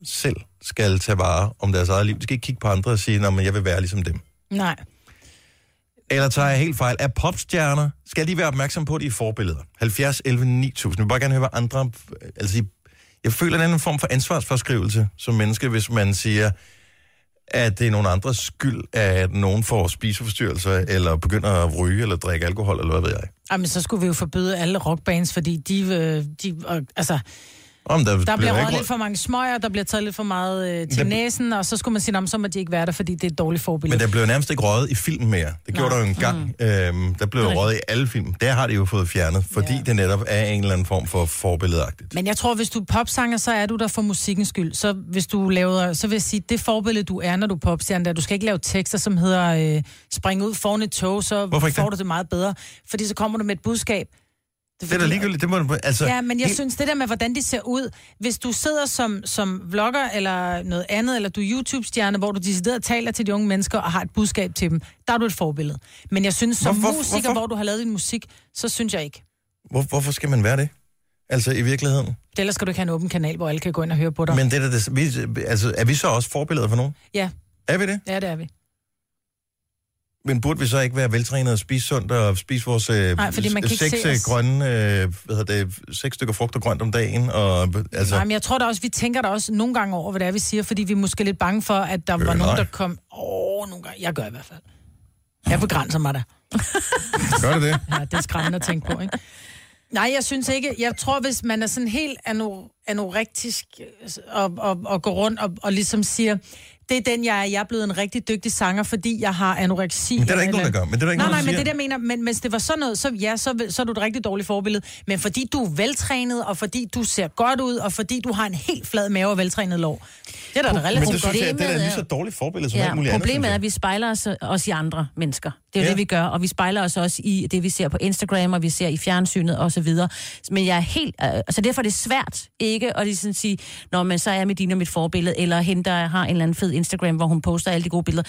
S1: selv skal tage vare om deres eget liv. De skal ikke kigge på andre og sige, at jeg vil være ligesom dem.
S2: Nej.
S1: Eller tager jeg helt fejl? Er popstjerner, skal de være opmærksom på, at de er forbilleder? 70, 11, 9000. Jeg vil bare gerne høre, hvad andre... Altså, jeg føler en anden form for ansvarsforskrivelse som menneske, hvis man siger, at det er nogen andres skyld, at nogen får spiseforstyrrelser, eller begynder at ryge, eller drikke alkohol, eller hvad ved jeg.
S2: Jamen, så skulle vi jo forbyde alle rockbands, fordi de... øh, de og, altså,
S1: Om der,
S2: der bliver røget
S1: ikke
S2: lidt for mange smøger, der bliver taget lidt for meget øh, til
S1: Der-
S2: næsen, og så skulle man sige, "Nå, men så må de ikke være der, fordi det er et dårligt forbillede.
S1: Men der blev nærmest ikke røget i film mere. Det gjorde der jo engang. Mm. Øhm, der blev røget i alle film. Der har det jo fået fjernet, fordi ja. det netop er en eller anden form for forbilledeagtigt.
S2: Men jeg tror, hvis du er popsanger, så er du der for musikkens skyld. Så hvis du laver, så vil jeg sige, det forbillede, du er, når du er popstjerne, der, du skal ikke lave tekster, som hedder øh, spring ud foran et tog, så
S1: Hvorfor ikke
S2: får
S1: det?
S2: du det meget bedre. Fordi så kommer du med et budskab.
S1: Det er da ligegyldigt. Det må, du- altså,
S2: Ja, men jeg
S1: helt-
S2: synes, det der med, hvordan de ser ud, hvis du sidder som, som vlogger eller noget andet, eller du er YouTube-stjerne, hvor du decideret taler til de unge mennesker og har et budskab til dem, der er du et forbillede. Men jeg synes, som
S1: Hvorfor-
S2: hvorfor, musiker,
S1: hvorfor?
S2: hvorfor? hvor du har lavet din musik, så synes jeg ikke.
S1: Hvor, hvorfor skal man være det? Altså i virkeligheden.
S2: Det ellers skal du ikke have en åben kanal, hvor alle kan gå ind og høre på dig. Men...
S1: Men det er, da det, vi, altså, er vi så også forbilleder for nogen?
S2: Ja,
S1: Er vi det?
S2: ja, det er vi.
S1: Men burde vi så ikke være veltrænede og spise sundt og spise vores øh,
S2: Nej, fordi man kan ikke
S1: seks
S2: se
S1: øh,
S2: os.
S1: grønne, øh, hvad hedder det, seks stykker frugt og grønt om dagen? Og, øh, altså,
S2: Nej, men jeg tror da også, vi tænker da også nogle gange over, hvad det er, vi siger, fordi vi er måske lidt bange for, at der øh, var
S1: nej.
S2: nogen, der kom... Åh, oh, nogle gange. Jeg gør i hvert fald. Jeg begrænser mig da.
S1: gør det det?
S2: Ja, det er skræmmende at tænke på, ikke? Nej, jeg synes ikke. Jeg tror, hvis man er sådan helt ano, anorektisk øh, og, og, og går rundt og, og ligesom siger, Det er den, jeg er. Jeg er blevet en rigtig dygtig sanger, fordi jeg har anoreksi.
S1: Men det er der ikke
S2: eller-
S1: nogen, der gør. Men det er der ikke
S2: nej,
S1: nogen,
S2: nej,
S1: der
S2: men det er
S1: siger.
S2: det, jeg mener. Men hvis det var sådan noget, så, ja, så, vil- så er du et rigtig dårligt forbillede. Men fordi du er veltrænet, og fordi du ser godt ud, og fordi du har en helt flad mave og veltrænet lår. Det er da et
S1: Men
S2: relativt
S1: det
S2: godt.
S1: synes jeg, det er da
S3: Problemet
S1: lige
S3: er-
S1: så dårligt forbillede som ja,
S3: Ja,
S1: alt muligt andet.
S3: problemet
S1: synes
S3: er,
S1: jeg.
S3: at vi spejler os, øh, os i andre mennesker. Det er jo
S1: Ja.
S3: ja. det, vi gør, og vi spejler os også i det, vi ser på Instagram, og vi ser i fjernsynet osv. Men jeg er helt... Øh, så derfor er det svært ikke at ligesom sige, når man så er med din og mit forbillede, eller hende, der har en eller anden fed Instagram, hvor hun poster alle de gode billeder,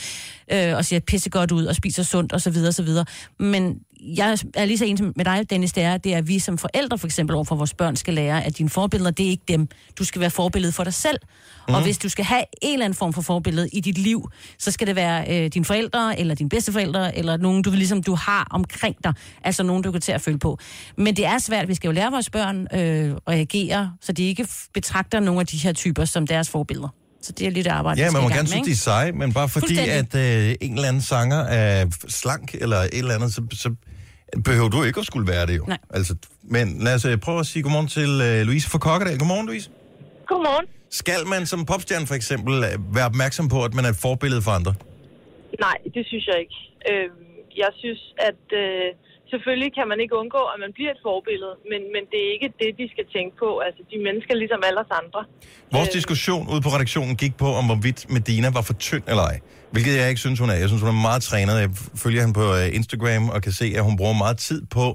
S3: øh, og ser pisse godt ud, og spiser sundt osv. osv. Men jeg er lige så enig med dig, Dennis, det er, det er, at vi som forældre for eksempel overfor vores børn skal lære, at dine forbilleder, det er ikke dem. Du skal være forbillede for dig selv. Mm.
S1: Mhm.
S3: Og hvis du skal have en eller anden form for forbillede i dit liv, så skal det være øh, dine forældre, eller dine bedsteforældre, eller nogen, du ligesom du har omkring dig. Altså nogen, du kan til at følge på. Men det er svært. Vi skal jo lære vores børn øh, at reagere, så de ikke f- betragter nogle af de her typer som deres forbilleder. Så det er lidt arbejde,
S1: Ja,
S3: vi skal
S1: man må
S3: i gang
S1: gerne synes,
S3: med,
S1: de
S3: ikke?
S1: er seje, men bare fordi, at øh, en eller anden sanger er slank eller et eller andet, så, så behøver du ikke at skulle være det jo.
S3: Nej.
S1: Altså, men lad os øh, prøve at sige godmorgen til øh, Louise fra Kokkedal. Godmorgen, Louise.
S8: Godmorgen.
S1: Skal man som popstjerne for eksempel øh, være opmærksom på, at man er et forbillede for andre?
S8: Nej, det synes jeg ikke. Øh, jeg synes, at øh, selvfølgelig kan man ikke undgå, at man bliver et forbillede, men, men det er ikke det, de skal tænke på. Altså, de mennesker er ligesom alle os andre.
S1: Vores
S8: Øh.
S1: diskussion ude på redaktionen gik på, om hvorvidt Medina var for tynd eller ej. Hvilket jeg ikke synes, hun er. Jeg synes, hun er meget trænet. Jeg følger hende på øh, Instagram og kan se, at hun bruger meget tid på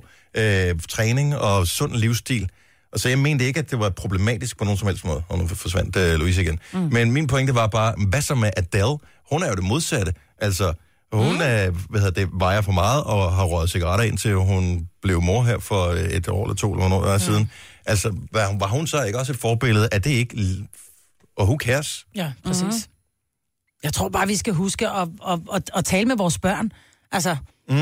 S1: øh, træning og sund livsstil. Og så jeg mente ikke, at det var problematisk på nogen som helst måde. Og nu forsvandt øh, Louise igen. Mm. Men min pointe var bare, hvad så med Adele? Hun er jo det modsatte. Altså, hun mm. er, hvad hedder det, vejer for meget og har røget cigaretter ind til hun blev mor her for øh, et år eller to eller nogle år mm. siden. Altså, var, var hun så ikke også et forbillede? Er det ikke l- og who cares?
S2: Ja, præcis. Mm-hmm. Jeg tror bare, vi skal huske at, at, at, at tale med vores børn. Altså,
S1: Mm.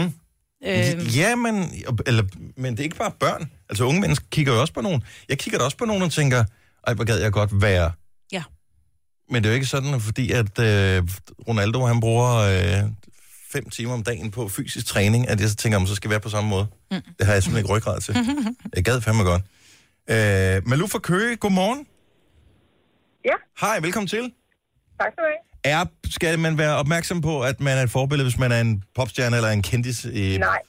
S2: øh,
S1: Ja, men, eller, men det er ikke bare børn. Altså unge mennesker kigger jo også på nogen. Jeg kigger da også på nogen og tænker, ej, hvor gad jeg godt være.
S3: Ja.
S1: Men det er jo ikke sådan, fordi at øh, Ronaldo, han bruger øh, fem timer om dagen på fysisk træning, at jeg så tænker, om så skal jeg være på samme måde. Mm. Det har jeg simpelthen ikke ryggrad til. jeg gad fandme godt. Øh, Malou fra Køge, godmorgen.
S8: Ja.
S1: Hej, velkommen til.
S8: Tak skal du have.
S1: Er, skal man være opmærksom på, at man er et forbillede, hvis man er en popstjerne eller en kendis? I...
S8: Nej.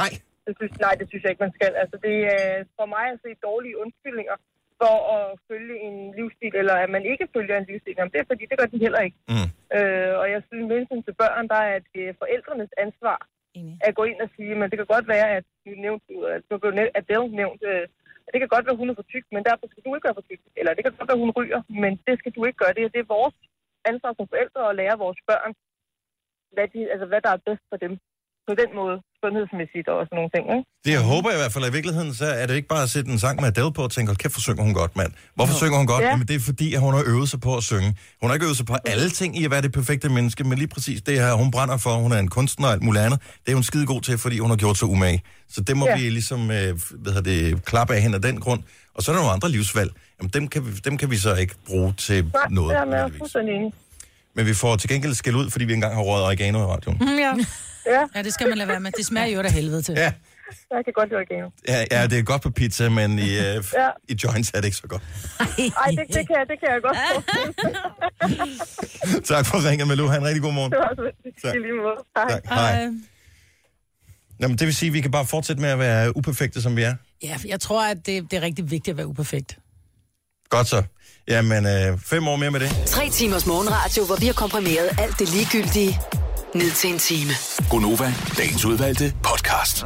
S1: Nej.
S8: Det synes, nej, det synes jeg ikke, man skal. Altså, det er for mig at se dårlige undskyldninger for at følge en livsstil, eller at man ikke følger en livsstil. Jamen, det er fordi, det gør de heller ikke.
S1: Mm.
S8: Øh, og jeg synes, mindst til børn, der er det forældrenes ansvar
S2: Enig.
S8: at gå ind og sige, men det kan godt være, at du nævnte, at du blev nævnt, Adele nævnt, øh, og det kan godt være, at hun er for tyk, men derfor skal du ikke være for tyk. Eller det kan godt være, at hun ryger, men det skal du ikke gøre. Det, er- det er vores ansvar som forældre at lære vores børn, hvad, de, altså, hvad der er bedst for dem. På den måde, sundhedsmæssigt og sådan nogle ting. Ikke?
S1: Det jeg håber jeg i hvert fald, at i virkeligheden, så er det ikke bare at sætte en sang med Adele på og tænke, hold kæft, hvor synger hun godt, mand. Hvorfor synger hun godt?
S8: Ja.
S1: Jamen, det er fordi, at hun har øvet sig på at synge. Hun har ikke øvet sig på alle ting i at være det perfekte menneske, men lige præcis det her, hun brænder for, hun er en kunstner og alt muligt andet, det er hun skide god til, fordi hun har gjort sig umage. Så det må ja.
S8: Ja.
S1: vi ligesom, øh, hvad hedder det, klappe af hende af den grund. Og så er der nogle andre livsvalg. Jamen, dem kan vi, dem kan vi så ikke bruge til
S8: Nej,
S1: noget.
S8: det er med
S1: nødvendigvis.
S8: fuldstændig enig.
S1: Men vi får til gengæld skæld ud, fordi vi engang har røget oregano i radioen.
S2: Mm, ja.
S8: Ja,
S2: ja, det skal man lade være med. Det smager jo af helvede til.
S1: Ja,
S8: jeg kan godt lide oregano.
S1: ja, ja, det er godt på pizza, men i, øh,
S8: Ja.
S1: i joints er det ikke så godt.
S8: Ej, det, det, kan, jeg, det kan jeg godt forstå.
S1: Tak for ringen, Malou. Ha' en rigtig god morgen.
S8: Det var så
S1: Tak.
S8: i lige måde. Hej.
S1: Tak. Hej. Nå, men det vil sige, at vi kan bare fortsætte med at være uperfekte, som vi er.
S2: Ja, jeg tror, at det, det er rigtig vigtigt at være uperfekt.
S1: Godt så. Jamen, øh, fem år mere med det.
S5: Tre timers morgenradio, hvor vi har komprimeret alt det ligegyldige ned til en time.
S4: Gonova, dagens udvalgte podcast.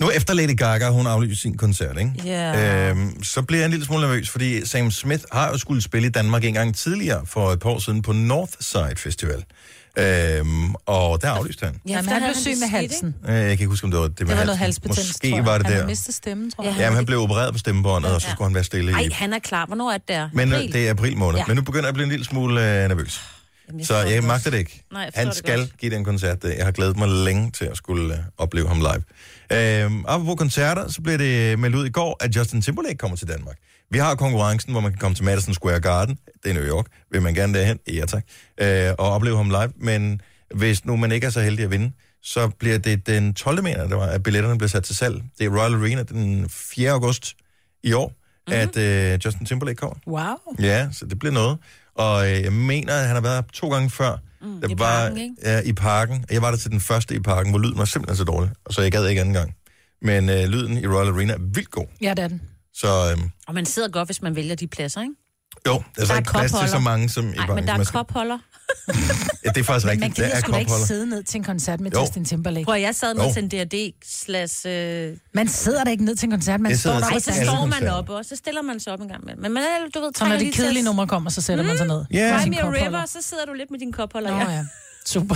S1: Nu efter Lady Gaga, hun aflyser sin koncert, ikke?
S3: Ja.
S1: Øhm, så bliver jeg en lille smule nervøs, fordi Sam Smith har jo skulle spille i Danmark en gang tidligere, for et par år siden på Northside Festival. Øhm, og der aflyste han.
S2: Ja, men han blev syg med halsen.
S1: Øh, Jeg kan ikke huske, om det var det med
S2: Det var noget
S1: halsen.
S2: halsbetændelse, tror
S1: Måske
S2: jeg.
S1: var det
S2: han
S1: der.
S2: Han mistede stemmen, tror jeg.
S3: Ja.
S2: Ja.
S1: Jamen, han blev opereret på stemmebåndet, og så
S3: Ja.
S1: skulle han være stille i
S3: Nej, han er klar. Hvornår er det der?
S1: Men øh,
S3: April?
S1: det er april måned. Ja.
S3: Ja.
S1: Men nu begynder jeg at blive en lille smule øh, nervøs.
S3: Jamen,
S1: Så
S3: forstår
S1: jeg
S3: også.
S1: magter det ikke.
S3: Nej, jeg forstår
S1: Han
S3: det
S1: skal
S3: godt.
S1: give den koncert. der. Jeg har glædet mig længe til at skulle øh, opleve ham live. Øhm, apropos koncerter, så blev det øh, meldt ud i går, at Justin Timberlake kommer til Danmark. Vi har konkurrencen, hvor man kan komme til Madison Square Garden. Det er New York. Vil man gerne derhen? Ja tak. Øh, og opleve ham live. Men hvis nu man ikke er så heldig at vinde, så bliver det den 12. mener jeg, det var, at billetterne bliver sat til salg. Det er Royal Arena den 4. august i år.
S3: Mhm.
S1: at øh, Justin Timberlake kommer.
S2: Wow.
S1: Ja, så det bliver noget. Og øh, jeg mener, at han har været her to gange før. Mm,
S3: i
S1: var,
S3: parken, ikke?
S1: Ja, i parken. Jeg var der til den første i parken, hvor lyden var simpelthen så dårlig. Og så jeg gad ikke anden gang. Men øh, lyden i Royal Arena er vildt god.
S2: Ja, det er den.
S1: Så øh,
S3: Og man sidder godt, hvis man vælger de pladser, ikke?
S1: jo, der er så
S3: er
S1: ikke plads til så
S3: kopholder.
S1: mange som i
S3: Nej,
S1: parken.
S3: men der
S1: så
S3: er
S1: man skal-
S3: kopholder.
S1: Ja, det er faktisk
S2: Man
S1: rigtigt.
S2: kan
S1: Der er
S2: sgu da ikke
S1: kopholder.
S2: sidde ned til en koncert med
S1: Jo.
S2: Justin Timberlake.
S3: Prøv, at jeg sad med
S1: Jo.
S3: til en D&D slash... Øh...
S2: Man sidder da ikke ned til en koncert, man
S1: Jeg
S2: står
S1: sidder
S2: der
S1: til
S3: Ej,
S2: og
S3: så
S1: alle
S2: danser.
S3: står man
S1: koncerter.
S3: op, og så stiller man sig op en gang imellem. Men man er, du ved,
S2: Så når
S3: trænger
S2: de
S3: lige til at-
S2: kedelige numre kommer, så sætter man sig ned.
S1: Ja.
S2: Med
S3: Cry
S2: sin
S3: Me a
S2: kopholder.
S3: River, så sidder du lidt med din kopholder,
S2: Nå ja, super.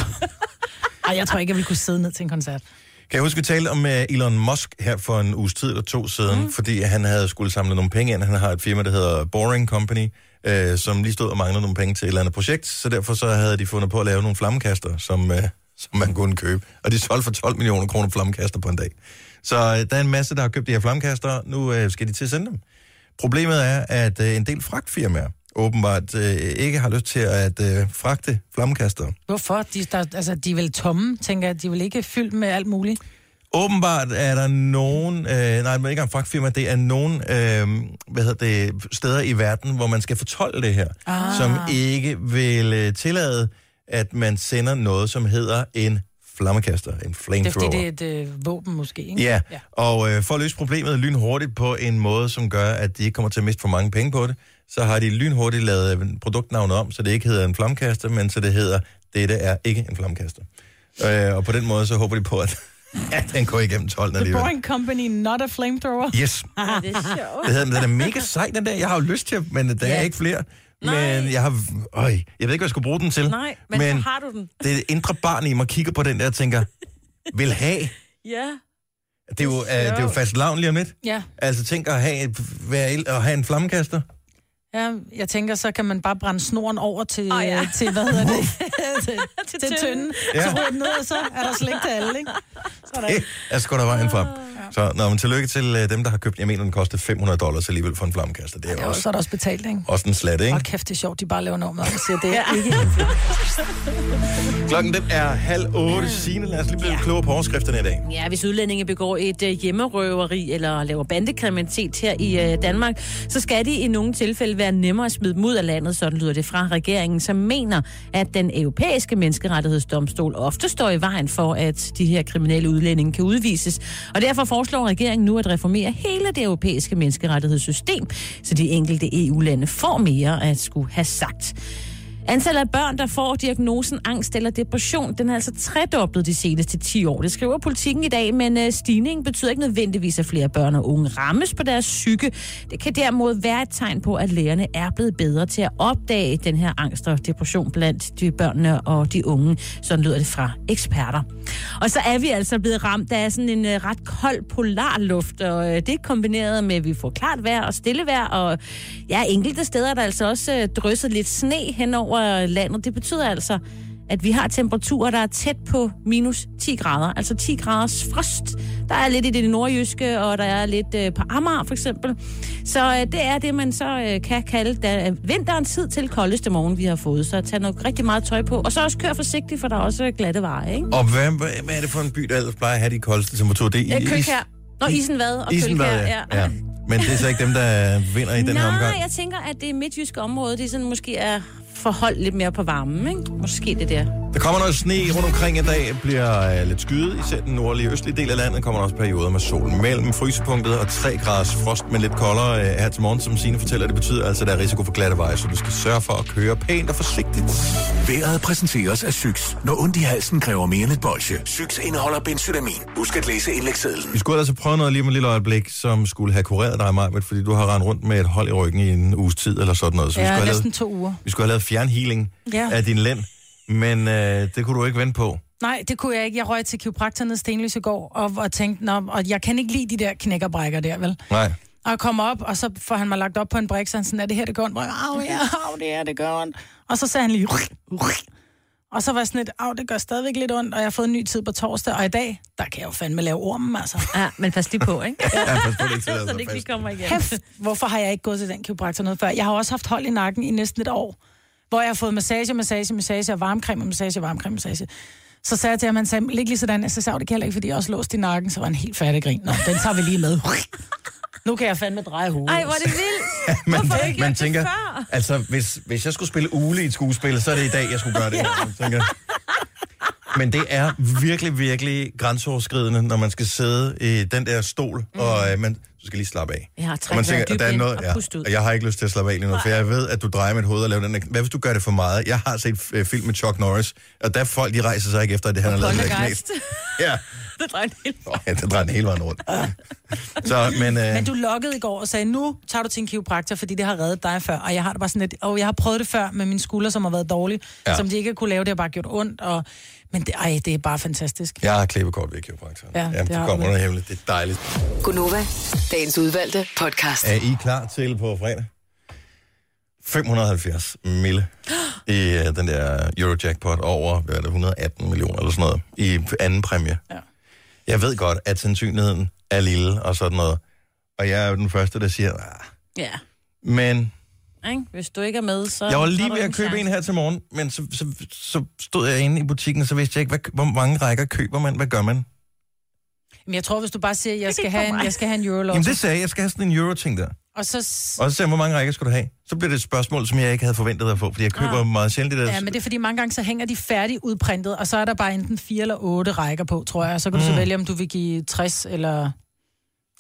S2: Ej, jeg tror ikke, jeg ville kunne sidde ned til en koncert.
S1: Kan jeg huske, vi talte om øh, Elon Musk her for en uges tid eller to siden, mm. fordi han havde skulle samle nogle penge ind. Han har et firma, der hedder Boring Company, øh, som lige stod og manglede nogle penge til et eller andet projekt, så derfor så havde de fundet på at lave nogle flammekaster, som, øh, som man kunne købe. Og de solgte for 12 millioner kroner flammekaster på en dag. Så øh, der er en masse, der har købt de her flammekaster. Nu øh, skal de til at sende dem. Problemet er, at øh, en del fragtfirmaer åbenbart øh, ikke har lyst til at øh, fragte flammekaster.
S2: Hvorfor? De, der, altså, de er vel tomme, tænker jeg. De er vel ikke fyldt med alt muligt.
S1: Åbenbart er der nogen, øh, nej, men ikke engang fragtfirma, det er nogen øh, hvad hedder det, steder i verden, hvor man skal fortolde det her, ah. som ikke vil øh, tillade, at man sender noget, som hedder en flammekaster, en
S2: Det er fordi,
S1: flamethrower.
S2: det er et øh, våben måske, ikke?
S1: Ja, ja. og øh, for at løse problemet lynhurtigt på en måde, som gør, at de ikke kommer til at miste for mange penge på det, så har de lynhurtigt lavet øh, produktnavnet om, så det ikke hedder en flammekaster, men så det hedder, dette er ikke en flammekaster. Øh, og på den måde, så håber de på, at, at den går igennem 12
S2: The
S1: alligevel.
S2: Boring Company, not a flamethrower.
S1: Yes,
S3: Ja, det er sjovt.
S1: det hedder, den. den er mega sej, den der. Jeg har jo lyst til, men øh, der er
S3: Ja.
S1: ikke flere. Men
S3: Nej.
S1: jeg har... Øj, jeg ved ikke, hvad jeg skulle bruge den til.
S3: Nej, men, men... har du den.
S1: det indre barn i mig kigger på den der og tænker, vil have.
S3: Ja.
S1: Det er jo, øh, det er jo fast lavn lige om lidt.
S2: Ja.
S1: Altså tænk at have, et- være el- at have en flammekaster.
S2: ja, jeg tænker, så kan man bare brænde snoren over til,
S3: Åh,
S2: oh,
S3: ja.
S2: ja. til hvad hedder det? til, til, til
S3: tynden.
S2: tynden.
S1: Ja.
S2: Ja. Så ryger den ned, og så er der slik til alle, ikke?
S1: Det er sgu da vejen frem. Så når man tillykke til øh, dem, der har købt, jeg mener, den kostede 500 dollars alligevel for en flammekaster. Det er
S2: Jo, så
S1: også,
S2: er der også betalt, ikke?
S1: også en slat, ikke?
S2: Og kæft, det er sjovt, de bare laver nummer og siger, det er ikke...
S1: Klokken den er halv otte. Signe, lad os lige blive klogere på overskrifterne i dag.
S3: Øhm, Ja, hvis udlændinge begår et øh, hjemmerøveri eller laver bandekriminalitet her i øh, Danmark, så skal de i nogle tilfælde være nemmere at smide dem ud af landet, sådan lyder det fra regeringen, som mener, at den europæiske menneskerettighedsdomstol ofte står i vejen for, at de her kriminelle udlændinge kan udvises. Og derfor foreslår regeringen nu at reformere hele det europæiske menneskerettighedssystem, så de enkelte EU-lande får mere at skulle have sagt. Antallet af børn, der får diagnosen angst eller depression, den er altså tredoblet de seneste 10 år. Det skriver politikken i dag, men øh, stigningen betyder ikke nødvendigvis, at flere børn og unge rammes på deres psyke. Det kan derimod være et tegn på, at lærerne er blevet bedre til at opdage den her angst og depression blandt de børnene og de unge. Sådan lyder det fra eksperter. Og så er vi altså blevet ramt af sådan en øh, ret kold polarluft, og øh, det er kombineret med, at vi får klart vejr og stille vejr, og ja, enkelte steder er der altså også øh, drysset lidt sne hen over landet. Det betyder altså, at vi har temperaturer, der er tæt på minus 10 grader, altså 10 graders frost. Der er lidt i det nordjyske, og der er lidt øh, på Amager for eksempel. Så øh, det er det, man så øh, kan kalde da, vinterens tid til koldeste morgen, vi har fået. Så tag nok rigtig meget tøj på, og så også kør forsigtigt, for der er også glatte veje, ikke?
S1: Og hvad, hvad, hvad er det for en by, der ellers plejer at have de koldeste temperaturer? Det er
S3: Ja,
S1: i-
S3: Kølkær. Øh, Nå, Isenvad og
S1: Isenvad,
S3: Kølkær,
S1: ja. ja. Men det er så ikke dem, der vinder i den her
S3: Nej,
S1: omgang.
S3: jeg tænker, at det midtjyske område, det er sådan, måske er forholdt lidt mere på varmen, ikke? Måske det der.
S1: Der kommer noget sne rundt omkring i dag, bliver øh, lidt skyet, især den nordlige østlige del af landet, kommer der også perioder med sol mellem frysepunktet og 3 graders frost, men lidt koldere øh, her til morgen, som Signe fortæller, det betyder altså, at der er risiko for glatte veje, så du skal sørge for at køre pænt og forsigtigt.
S4: Været præsenteres af Syks. Når ondt i halsen kræver mere end et bolsje. Syks indeholder benzylamin. Husk at læse indlægssedlen.
S1: Vi skulle altså prøve noget lige om et lille øjeblik, som skulle have kureret dig, Majbert, fordi du har rendt rundt med et hold i ryggen i en uges tid eller sådan noget. Så vi skulle
S2: Ja,
S1: have
S2: næsten
S1: lavet,
S2: to uger.
S1: vi skulle have lavet fjernhealing
S2: Ja.
S1: af din lænd, men øh, det kunne du ikke vente på.
S2: Nej, det kunne jeg ikke. Jeg røg til kiropraktoren i Stenløs i går, og, og tænkte, Nå, og jeg kan ikke lide de der knækkerbrækker der, vel?
S1: Nej.
S2: Og jeg kommer op, og så får han mig lagt op på en brik, så han sådan, er det her, det gør ondt? Hvor jeg, Au, ja, au, det er, det gør ondt. Og så sagde han lige, "Ruh, ruh." og så var jeg sådan lidt, au, det gør stadigvæk lidt ondt, og jeg har fået en ny tid på torsdag, og i dag, der kan jeg jo fandme lave ormen, altså.
S3: Ja, men pas lige på, ikke?
S1: Ja, pas på, det ikke tillader
S3: så
S1: sig
S3: det ikke lige
S1: fast.
S3: kommer igen.
S2: Kæft, hvorfor har jeg ikke gået til den kiropraktor noget før? Jeg har også haft hold i nakken i næsten et år, hvor jeg har fået massage, massage, massage og varmecreme, og massage, og varmecreme, massage. Så sagde jeg til ham, han sagde, lig lige sådan, så sagde jeg, "Åh, det kan jeg heller ikke, fordi jeg også låst i nakken, så var han helt færdig grin. Nå, den tager vi lige med. Nu kan jeg fandme dreje hovedet.
S3: Ej, hvor er det vildt.
S1: man,
S3: Hvorfor har du ikke
S1: man
S3: gjort det
S1: tænker,
S3: før?
S1: altså hvis, hvis jeg skulle spille ule i et skuespil, så er det i dag, jeg skulle gøre det. Man tænker. Men det er virkelig, virkelig grænseoverskridende, når man skal sidde i den der stol, mm. og øh, man du skal lige slappe af.
S3: Ja,
S1: og
S3: træk
S1: man
S3: vejret
S1: tænker,
S3: dybt
S1: der er
S3: ind
S1: noget,
S3: og
S1: ja,
S3: pust ud.
S1: og jeg har ikke lyst til at slappe af lige nu, for jeg ved, at du drejer mit hoved og laver den der, Hvad hvis du gør det for meget? Jeg har set øh, film med Chuck Norris, og der er folk, de rejser sig ikke efter, at det han har lavet med
S3: Poltergeist.
S1: Ja,
S3: det drejer en hel
S1: Nå, ja, det drejer den hele vejen rundt. Så, men, øh,
S2: Men du lokkede i går og sagde, nu tager du til en kiropraktor, fordi det har reddet dig før. Og jeg har det bare sådan lidt, og jeg har prøvet det før med mine skuldre, som har været dårlige,
S1: Ja.
S2: ja. som de ikke har kunne lave, det har bare gjort ondt. Og... Men det, ej, det er bare fantastisk.
S1: jeg har klippekort ved kiropraktoren.
S2: Ja,
S1: Jamen,
S2: det
S1: det
S2: har
S1: kommer
S2: du.
S1: under hemmeligt. Det er dejligt.
S5: Gunova, dagens udvalgte podcast.
S1: Er I klar til på fredag? 570 mille i øh, den der Eurojackpot over hvad er det, 118 millioner eller sådan noget i anden præmie.
S2: Ja.
S1: Jeg ved godt, at sandsynligheden er lille og sådan noget. Og jeg er jo den første, der siger, "Ah."
S3: Ja.
S1: men
S3: Ikke? Hvis du ikke er med, så...
S1: jeg var
S3: har
S1: lige
S3: du
S1: ved at
S3: ingen
S1: købe en
S3: chance.
S1: her til morgen, men så, så, så stod jeg inde i butikken, og så vidste jeg ikke, hvad, hvor mange rækker køber man, hvad gør man?
S2: Men jeg tror, hvis du bare siger, jeg skal
S3: ikke
S2: have
S3: for
S2: en,
S3: mig.
S2: jeg skal have en
S1: Jamen
S2: eurolotto,
S1: det sagde jeg, jeg skal have sådan en euro-ting der.
S2: og så... s-
S1: Og så sagde jeg, hvor mange rækker skal du have? Så blev det et spørgsmål, som jeg ikke havde forventet at få, fordi jeg køber meget sjældent det der
S2: Ah. Ja, men det er fordi, mange gange så hænger de færdig udprintet, og så er der bare enten fire eller otte rækker på, tror jeg. Og så kan du
S3: Mm.
S2: så vælge, om du vil give 60 eller...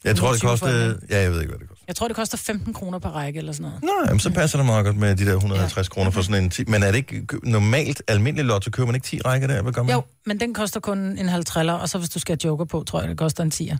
S1: Jeg tror, det
S2: 120
S1: kostede... Ja, jeg ved ikke, hvad det koster.
S2: Jeg tror, det koster 15 kroner per række eller sådan noget.
S1: Nå, jamen, så passer det meget godt med de der 150 ja. kroner for sådan en 10. Men er det ikke kø- normalt almindelig lotto? Køber man ikke 10 rækker der? Hvad gør man?
S2: Jo, men den koster kun en halv triller, og så hvis du skal have joker på, tror jeg, det koster en 10'er.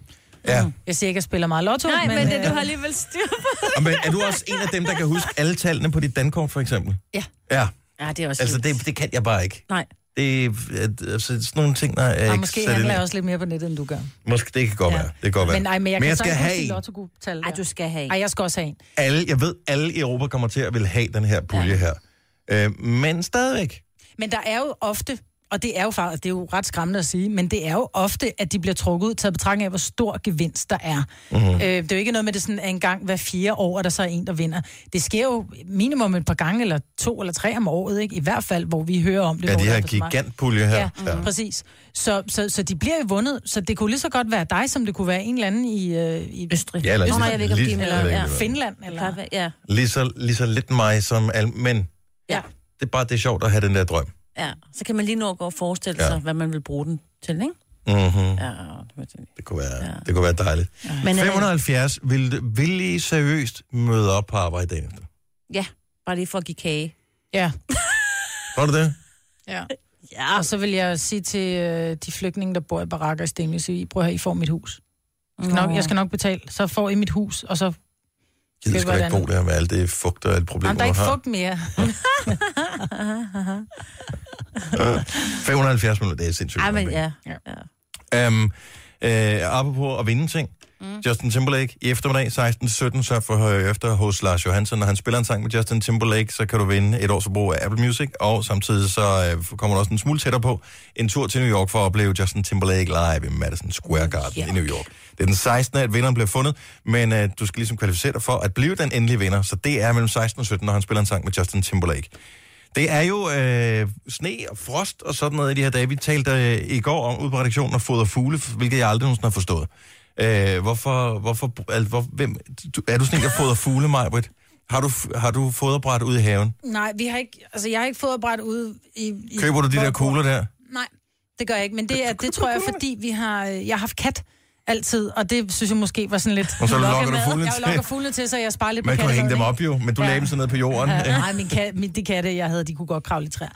S1: Ja.
S2: Jeg siger ikke, at jeg spiller meget lotto,
S3: Nej, men det,
S2: øh,
S3: du har alligevel styr på.
S1: Og men er du også en af dem, der kan huske alle tallene på dit dankort, for eksempel?
S2: Ja.
S1: Ja,
S3: Ja, det er også...
S1: altså
S3: vildt.
S1: det, det kan jeg bare ikke.
S3: Nej.
S1: Det er øh, altså, sådan nogle ting, der er
S2: og
S1: ikke
S2: måske
S1: sat
S2: handler
S1: ind i.
S2: jeg også lidt mere på nettet, end du gør.
S1: Måske det kan godt
S2: Ja.
S1: være. Det kan godt være.
S2: Men, ej, men jeg,
S1: men
S2: kan
S1: jeg
S2: så
S1: skal
S2: ikke
S1: have
S2: huske
S1: en.
S2: de lotto-tal.
S3: Ej, du skal have en.
S2: Ej, jeg skal også have en.
S1: alle, jeg ved, alle i Europa kommer til at vil have den her pulje ja. her. Øh, men stadigvæk.
S2: Men der er jo ofte, og det er jo faktisk, det er jo ret skræmmende at sige, men det er jo ofte, at de bliver trukket ud, taget i betragtning af, hvor stor gevinst der er.
S1: Mhm.
S2: Mm-hmm. Øh, det er jo ikke noget med, at det sådan er en gang hver fire år, at der så er en, der vinder. Det sker jo minimum et par gange, eller to eller tre om året, ikke? i hvert fald, hvor vi hører om det.
S1: Ja,
S2: hvor
S1: de
S2: der
S1: her
S2: er
S3: altså
S2: for meget.
S1: gigantpulje her.
S2: Ja, mm-hmm. præcis. Så, så, så de bliver jo vundet, så det kunne lige så godt være dig, som det kunne være en eller anden i, øh, i
S3: Østrig.
S1: Ja, eller
S3: Nå,
S1: lige-
S3: nej, jeg ved ikke, om
S1: lige-
S3: de er med.
S1: jeg ved
S3: Eller,
S1: ikke,
S3: ja.
S1: om de er
S2: Finland. Eller?
S3: Finland. Ja,
S1: Lige så, lige så lidt mig som alle, men det
S3: ja,
S1: er bare det er sjovt at have den der drøm. Mhm.
S3: ja. Så kan man lige nå at gå og forestille sig, hvad man vil bruge den til, ikke?
S1: Mm-hmm.
S3: Ja, det må jeg tænke.
S1: Det, kunne være, ja. det kunne være dejligt. Ja.
S3: Men, øh,
S1: 570, vil, vil I seriøst møde op på arbejde dagen efter?
S3: Ja, bare lige for at give kage.
S2: Ja.
S1: Tror du det?
S2: ja.
S3: Ja,
S2: Og så vil jeg sige til øh, de flygtninge, der bor i barakker i Stenløse, I prøver her, I får mit hus. Jeg skal, nok, jeg skal nok betale. Så får I mit hus, og så...
S1: Jeg gider
S2: Det
S1: sgu
S2: var
S1: da
S2: et
S1: ikke bo der med alt det fugt og alle problemer,
S2: Jamen, der er
S1: du
S2: ikke
S1: har.
S2: fugt mere.
S1: 570 minutter, det er sindssygt.
S3: Ej,
S1: mange
S3: men
S1: penge.
S3: ja.
S1: Um, øh, apropos at vinde ting. Mm. Justin Timberlake i eftermiddag 16.17, så for øh, efter hos Lars Johansson. Når han spiller en sang med Justin Timberlake, så kan du vinde et års forbrug af Apple Music, og samtidig så øh, kommer du også en smule tættere på en tur til New York for at opleve Justin Timberlake live i Madison Square Garden i New York. Det er den 16. at vinderen bliver fundet, men øh, du skal ligesom kvalificere dig for at blive den endelige vinder, så det er mellem 16 og 17, når han spiller en sang med Justin Timberlake. Det er jo øh, sne og frost og sådan noget i de her dage. Vi talte øh, i går om ude på redaktionen at fodre fugle, hvilket jeg aldrig nogensinde har forstået. Øh, hvorfor, hvorfor, altså, hvor, hvem, du, er du sådan en, der fodrer fugle, Majbrit? Har du, f- har du foderbræt ude i haven?
S2: Nej, vi har ikke, altså, jeg har ikke fået bræt ud i... i
S1: Køber du de
S2: hvor-
S1: der kugler der?
S2: Nej, det gør jeg ikke, men det, er, det tror jeg, fordi vi har, øh, jeg har haft kat altid, og det synes jeg måske var sådan lidt...
S1: Og så
S2: lokkemad.
S1: lokker du fuglene til.
S2: Jeg lokker fuglene til, så jeg sparer lidt
S1: Man
S2: på
S1: kunne hænge dem
S2: kattebadet,
S1: op jo, men du ja.
S2: Ja.
S1: lagde dem sådan ned på jorden.
S2: Ja,
S1: Ja.
S2: nej, min kat, min, de katte, jeg havde, de kunne godt kravle i træer.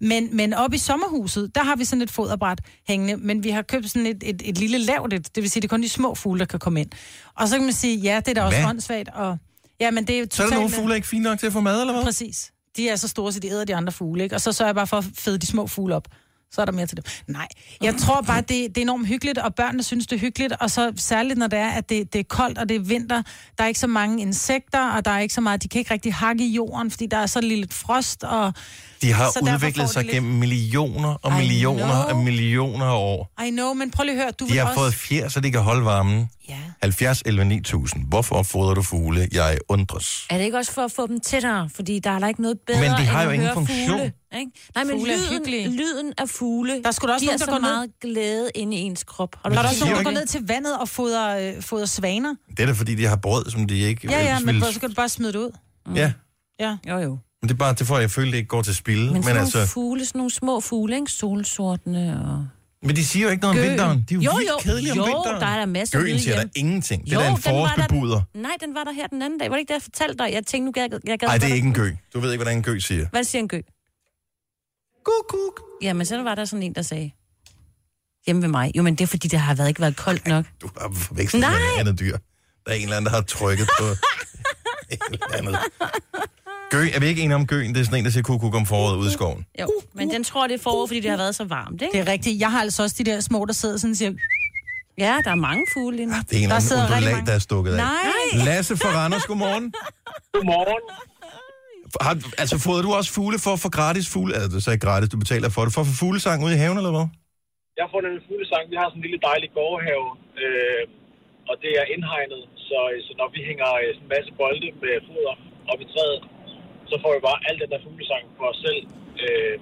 S2: Men, men oppe i sommerhuset, der har vi sådan et foderbræt hængende, men vi har købt sådan et, et, et lille lavt, et, det vil sige, det er kun de små fugle, der kan komme ind. Og så kan man sige, ja, det er da også
S1: Hvad?
S2: åndssvagt, og... Ja, men det er jo
S1: Så er der
S2: totalt-
S1: nogle fugle, der ikke er fine nok til at få mad, eller hvad?
S2: Præcis. De er så store, så de æder de andre fugle, ikke? Og så sørger jeg bare for at fede de små fugle op. Så er der mere til dem. Nej, jeg tror bare, det, det er enormt hyggeligt, og børnene synes, det er hyggeligt, og så særligt, når det er, at det, det er koldt, og det er vinter, der er ikke så mange insekter, og der er ikke så meget, de kan ikke rigtig hakke i jorden, fordi der er så lidt frost, og
S1: De har
S2: Så
S1: så
S2: derfor får
S1: udviklet
S2: de
S1: sig
S2: lidt-
S1: gennem millioner og
S2: I
S1: millioner
S2: know.
S1: og millioner af år.
S2: I know, men prøv lige at høre, du
S1: De
S2: vil
S1: har
S2: også...
S1: fået fjer, så de kan holde varmen.
S2: Ja.
S1: 70, 11, 9000. Hvorfor fodrer du fugle? Jeg undres.
S3: Er det ikke også for at få dem tættere? Fordi der er der ikke noget bedre,
S1: Men de har jo
S3: end at
S1: ingen
S3: høre
S1: funktion.
S3: Fugle, ikke? Nej, men
S2: Fugle er hyggelige.
S3: lyden, lyden af fugle,
S2: Der er sgu da også
S3: giver
S2: nogen, der
S3: så
S2: går ned.
S3: meget glæde inde i ens krop. Har
S2: Der er
S1: Men
S2: der
S1: de
S2: også
S1: siger
S2: nogen,
S1: jo
S2: der går
S1: ikke-
S2: ned til vandet og fodrer, øh, fodrer svaner.
S1: Det er da fordi, de har brød, som de ikke
S2: Ja, ja,
S1: ellers
S2: men
S1: ville-
S2: prøv, så kan du bare smide det ud.
S1: Ja,
S2: Ja.
S3: Jo, jo.
S1: men det er bare det for, at jeg føler, det ikke går til spil.
S3: Men,
S1: Men,
S3: sådan
S1: altså,
S3: nogle fugle, sådan nogle små fugle, ikke? Solsortene og...
S1: men de siger jo ikke noget om
S3: Gøen.
S1: vinteren. De er jo,
S3: Jo,
S1: vildt
S3: jo,
S1: kedelige om
S3: jo,
S1: vinteren.
S3: der er da masser af
S1: Gøen
S3: vilde
S1: siger der
S3: hjem.
S1: ingenting. Det
S3: Jo,
S1: er da en
S3: den var der-
S1: forårsbebuder.
S3: Nej, den var der her den anden dag. Var det ikke det, jeg fortalte dig? Jeg tænkte, nu gad jeg gad
S1: Nej, det er
S3: godt-
S1: ikke en gø. Du ved ikke, hvordan en gø siger.
S3: Hvad siger en gø?
S1: Kuk, kuk.
S3: Jamen, så var der sådan en, der sagde... Hjemme ved mig. Jo, men det er fordi, det har været, ikke været koldt nok.
S1: Du har forvekslet med
S3: Nej.
S1: et andet dyr. Der er en eller anden, der har trykket på et eller andet. Gø, er vi ikke enige om gøen? Det er sådan en, der siger kuk, kuk om foråret ude i skoven.
S3: Jo, men den tror, det er forår, fordi det har været så varmt,
S2: Det
S3: ikke?
S2: er rigtigt. Jeg har altså også de der små, der sidder sådan og siger,
S3: Ja, der er mange fugle lige nu.
S1: Det er en
S2: Der
S1: eller
S2: sidder
S1: anden
S2: rigtig
S1: undulat,
S2: mange.
S1: der er stukket af.
S2: nej,
S1: Lasse fra Randers, godmorgen.
S6: Godmorgen.
S1: Har, altså, fodrer du også fugle for at få gratis fugle? Altså, det er så ikke gratis, du betaler for det. For at få fuglesang ude i haven, eller hvad?
S6: Jeg har fundet en fuglesang. Vi har sådan en lille dejlig gårdhave, øh, og det er indhegnet. Så, så når vi hænger øh, sådan en masse bolde med foder op i træet, så får vi bare alt den der fuglesang for os selv. Øh,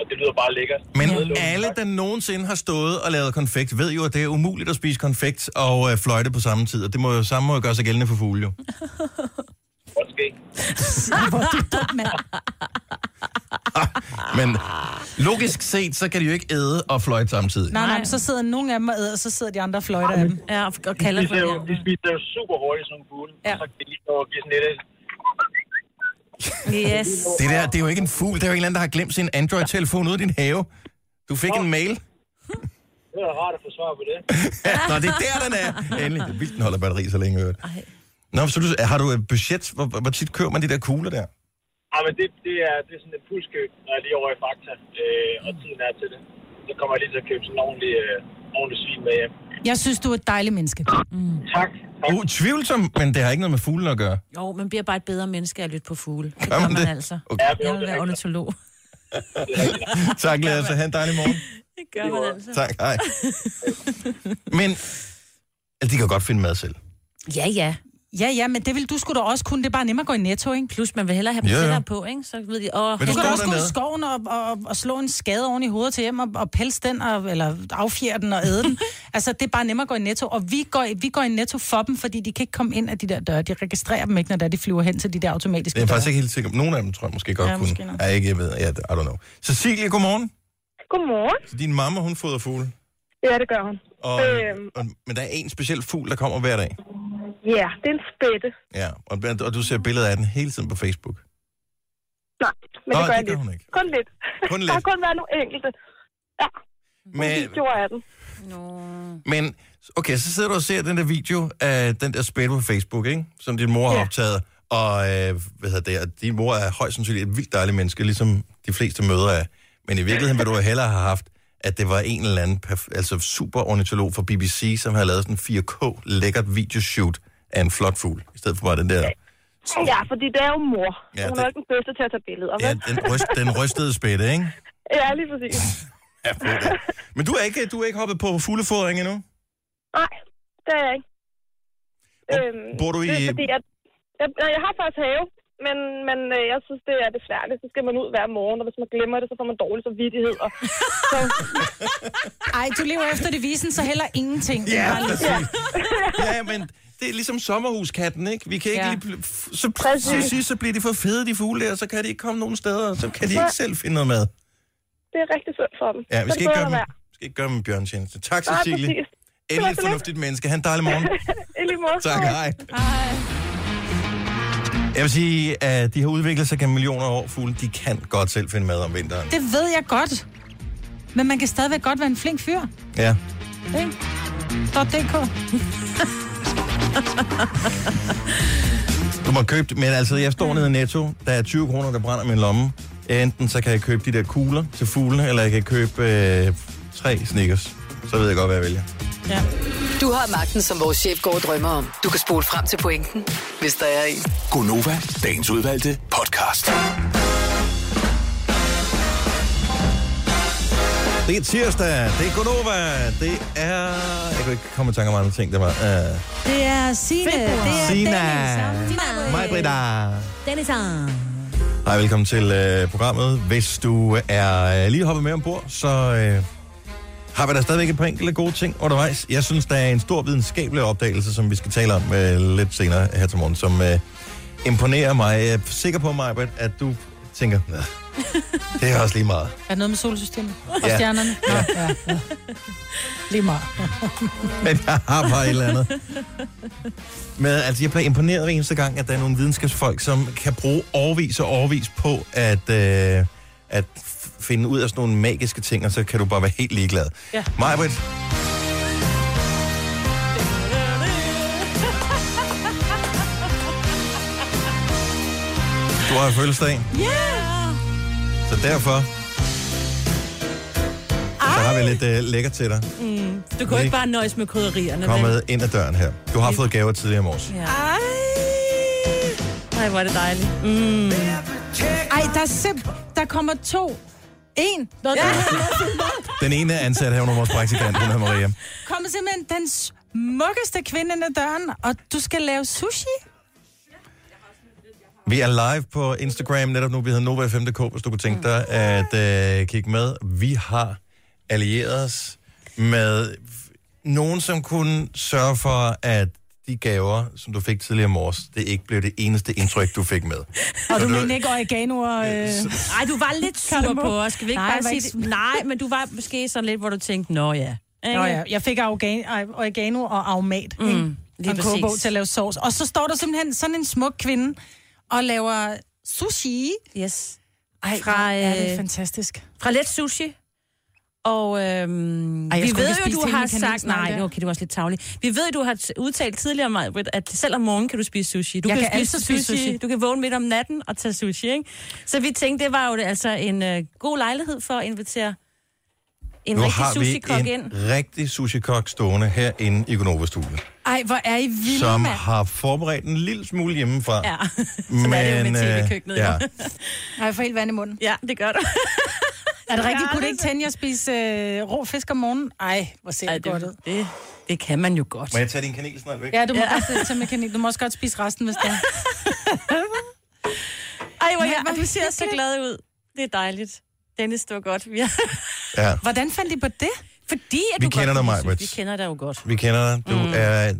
S6: og det lyder bare lækkert.
S1: Men
S6: Nedlukket
S1: alle,
S6: tak.
S1: der nogensinde har stået og lavet konfekt, ved jo, at det er umuligt at spise konfekt og øh, fløjte på samme tid. Og det må jo samme måde gøre sig gældende for fugle, jo.
S6: Godt ske.
S2: hvor er du dum, mand.
S1: Men logisk set, så kan de jo ikke æde og fløjte samtidig.
S2: Nej, nej, men så sidder nogle af dem og æder, og så sidder de andre og fløjter af dem.
S3: Ja, og- og
S6: De
S3: kalder på
S6: spiser, jo, de
S3: det.
S6: spiser jo super hurtigt som fugle.
S2: Ja.
S6: Ja. Så kan de lige nå at give sådan lidt af.
S3: Yes.
S1: Det der, det er jo ikke en fugl. Det er jo en eller anden, der har glemt sin Android-telefon ude i din have. Du fik en mail.
S6: Det er rart at få svar på det.
S1: Nå, det er der, den er. Endelig. Det er vildt, den holder batteri så længe. i øvrigt. Nå, så du, har du et budget? Hvor, hvor tit kører man de der kugler der?
S6: Ja, Ah, men det, det, er, det er sådan et pulskøb, når jeg er lige over i Fakta, øh, og tiden er til det. Så kommer jeg lige til at købe sådan en ordentlig, øh, ordentlig svin med hjem.
S2: Jeg synes, du er et dejligt menneske.
S6: Tak. tak.
S1: Utvivlsomt, Uh, men det har ikke noget med fuglen at gøre.
S3: Jo, man bliver bare et bedre menneske af at lytte på fugle. Det
S1: Gør
S3: gør
S1: man
S3: man
S1: det?
S3: altså.
S1: Okay.
S3: Jeg vil være ornitolog.
S1: Tak, Lasse. Ha' en dejlig morgen.
S3: Det gør man altså.
S1: Tak, hej. Men altså, de kan jo godt finde mad selv.
S3: Ja, ja.
S2: Ja, ja, men det vil du skulle da også kunne. Det er bare nemmere at gå i netto, ikke?
S3: Plus, man vil hellere have dem
S1: Ja, ja.
S3: yeah. tættere på, ikke? Så ved de, åh,
S1: Men
S2: Du
S1: du
S2: kan
S1: står
S2: da også gå i
S1: dernede.
S2: skoven og, og, og slå en skade oven i hovedet til hjem og, og pelse den, og, eller affjere den og æde den. Altså, det er bare nemmere at gå i netto. Og vi går, i- vi går i netto for dem, fordi de kan ikke komme ind af de der døre. De registrerer dem ikke, når det er, de flyver hen til de der automatiske
S1: Det er
S2: døre.
S1: faktisk ikke helt sikker. Nogle af dem tror jeg måske godt
S2: Ja,
S1: kunne.
S2: måske nok.
S1: ja, ikke, jeg ved. Ja, I don't know. Cecilie, godmorgen.
S8: Godmorgen.
S1: Så din mamma, hun fodrer fugle.
S8: Ja, det gør hun.
S1: Og,
S8: Øhm.
S1: og, men der er en speciel fugl, der kommer hver dag.
S8: Ja, det er en spætte.
S1: Ja, og, og du ser billeder af den hele tiden på Facebook.
S8: Nej, men
S1: Nå,
S8: det gør
S1: det
S8: jeg
S1: gør
S8: lidt.
S1: hun ikke.
S8: Kun lidt.
S1: Kun
S8: Der
S1: lidt. Øh,
S8: har kun været nogle enkelte. Ja, men...
S1: Men,
S8: videoer af den.
S1: men okay, så sidder du og ser den der video af den der spil på Facebook, ikke? som din mor har
S8: Ja.
S1: optaget. Og øh, hvad hedder det, og din mor er højst sandsynligt et vildt dejligt menneske, ligesom de fleste mødre er. Men i virkeligheden vil du hellere have haft, at det var en eller anden perf- altså super ornitolog fra BBC, som havde lavet sådan en 4K lækkert videoshoot af en flot fugl, i stedet for bare den der
S8: Ja, fordi det er jo mor.
S1: Ja,
S8: Ja, hun
S1: det-
S8: er jo ikke den bedste til at tage billeder.
S1: ja,
S8: Ja.
S1: den, ryst, den rystede spætte, ikke?
S8: ja, lige præcis.
S1: Ja, på det. Men du er ikke, du er ikke hoppet på fuglefodring endnu?
S8: Nej, det er jeg ikke. Øhm,
S1: Hvor bor du
S8: det er
S1: i-
S8: fordi, at jeg, jeg, jeg har faktisk have, men, men øh, jeg synes, det er besværligt. Så skal man ud hver morgen, og hvis man glemmer det, så får man dårlig samvittighed. Og, så,
S2: Ej, du lever efter devisen, så heller ingenting.
S1: Ja, præcis. Ja, men det er ligesom sommerhuskatten, ikke? Vi kan ikke
S2: Ja.
S1: ja. lige... bl- f- Så præcis, så bliver de for fede, de fugle der, så kan de ikke komme nogen steder, og så kan de ikke selv finde noget mad.
S8: det er rigtig synd for dem.
S1: Ja, vi
S8: Så
S1: skal
S8: det
S1: ikke gøre
S8: bør
S1: dem,
S8: være.
S1: vi skal ikke gøre dem en bjørntjeneste. Tak,
S8: Nej,
S1: Cecilie.
S8: præcis.
S1: Endelig et
S8: så lidt.
S1: fornuftigt menneske. Han en dejlig morgen.
S8: I lige måde.
S1: Tak, hej. Jeg vil sige, at de har udviklet sig gennem millioner af år. Fugle, de kan godt selv finde mad om vinteren.
S2: Det ved jeg godt. Men man kan stadigvæk godt være en flink fyr.
S1: Ja.
S2: Ikke? .dk.
S1: Du må købe det, men altså, jeg står nede i Netto, der er 20 kroner, der brænder min lomme. Enten så kan jeg købe de der kugler til fuglene, eller jeg kan købe øh, tre sneakers. Så ved jeg godt, hvad jeg vælger.
S5: Du har magten, som vores chef går og drømmer om. Du kan spole frem til pointen, hvis der er en.
S4: Gonova, dagens udvalgte podcast.
S1: Det er tirsdag, det er Gonova, det er... Jeg kunne ikke komme i tanke om andre ting, der var... Uh,
S2: Det er Signe. Det er
S1: Signe.
S2: Dennis.
S3: Øh.
S2: Signe.
S1: mig, Britta.
S3: Dennis.
S1: Hej, velkommen til øh, programmet. Hvis du er øh, lige hoppet med ombord, så øh, har vi da stadigvæk et par enkelte gode ting undervejs. Jeg synes, der er en stor videnskabelig opdagelse, som vi skal tale om øh, lidt senere her til morgen, som øh, imponerer mig. Jeg er sikker på, mig, at du tænker, "Nå, det er også lige meget.
S2: Er det noget med solsystemet? Og
S1: Ja.
S2: stjernerne? Ja. Ja, ja. Lige meget.
S1: Men jeg har bare et eller andet. Men altså, jeg bliver imponeret hver eneste gang, at der er nogle videnskabsfolk, som kan bruge overvis og overvis på at, øh, at f- finde ud af sådan nogle magiske ting, og så kan du bare være helt ligeglad.
S2: Ja.
S1: Majbrit, du har fødselsdag,
S2: Yeah!
S1: så derfor så har vi lidt øh, lækker til dig
S3: Du kunne ikke bare nøjes med krydderierne.
S1: kommet ind ad døren her. Du har fået gaver tidligere i morges.
S3: Ja. Ej. Ej, hvor er det dejligt. Mm.
S2: Ej, der er simp. Der kommer to. En. Nå, ja.
S1: Den ene er ansat her under vores praktikant, hun hedder Maria.
S2: kommer simpelthen den smukkeste kvinde ind ad døren, og du skal lave sushi.
S1: Vi er live på Instagram netop nu. Vi hedder Nova5.dk, hvis du kunne tænke dig at øh, kigge med. Vi har allieret os med f- nogen, som kunne sørge for, at de gaver, som du fik tidligere i morges, det ikke blev det eneste indtryk, du fik med.
S2: Og du
S1: det-
S2: mener ikke oregano og... Øh...
S3: Ej, du var lidt sur
S2: Kardemomme.
S3: på os. Skal vi ikke
S2: Nej,
S3: bare
S2: jeg var
S3: sige
S2: ikke
S3: det? Nej, men du var måske sådan lidt, hvor du tænkte, nå ja. Ikke?
S2: Nå ja, jeg fik oregano, ej, oregano og aromat. Mm, lige
S3: lige
S2: en
S3: præcis.
S2: kogebog til at lave sovs. Og så står der simpelthen sådan en smuk kvinde og laver sushi.
S3: Yes.
S2: Ej,
S3: Fra,
S2: hvor er
S3: øh,
S2: det fantastisk.
S3: Fra let sushi. Og øhm,
S2: Ej,
S3: Ej,
S2: jeg
S3: vi
S2: skulle
S3: ved
S2: ikke spise
S3: jo,
S2: det
S3: du
S2: hele,
S3: har
S2: kan vi ikke
S3: sagt...
S2: snakke
S3: Nej,
S2: der?
S3: nu, okay, det var også lidt tavligt. Vi ved, du har t- udtalt tidligere, Majbrit, at selv om morgenen kan du spise sushi. Du
S2: Jeg kan
S3: spise
S2: altid spise sushi.
S3: Du kan vågne midt om natten og tage sushi, ikke? Så vi tænkte, det var jo det, altså en øh, god lejlighed for at invitere en
S1: Nu
S3: rigtig
S1: har vi
S3: sushi-kok
S1: en
S3: ind.
S1: rigtig sushi-kok stående herinde i Gonova-studiet,
S2: Ej, hvor er I vilde,
S1: som
S2: mand.
S1: har forberedt en lille smule hjemmefra.
S3: Ja, sådan er det jo med
S1: øh,
S3: tv-køkkenet.
S1: ja.
S3: Ja.
S2: Ej, for helt vand i munden.
S3: ja, det gør du.
S2: Er det rigtigt?
S3: Ja,
S2: Kunne det
S3: det
S2: ikke
S3: er-
S2: tænde jer at spise øh, rå fisk om morgenen? Ej, hvor ser det godt ud.
S3: det, det kan man jo godt.
S1: Må jeg tage din kanelsnegl væk?
S2: Ja, du må, ja. Også, tage mekanik. du må også godt spise resten, hvis det er.
S3: Ej, hvor
S2: Men
S3: jeg,
S2: hvor
S3: du ser så
S2: hyggeligt.
S3: glad ud. Det er dejligt. Dennis, det var godt. Vi, er,
S1: ja.
S2: Hvordan fandt I på det?
S3: fordi, at
S1: Vi kender
S3: du godt,
S1: dig,
S3: kan lide
S1: Maj-Brit.
S3: sushi. Vi kender dig jo godt.
S1: Vi kender dig. Du mm. er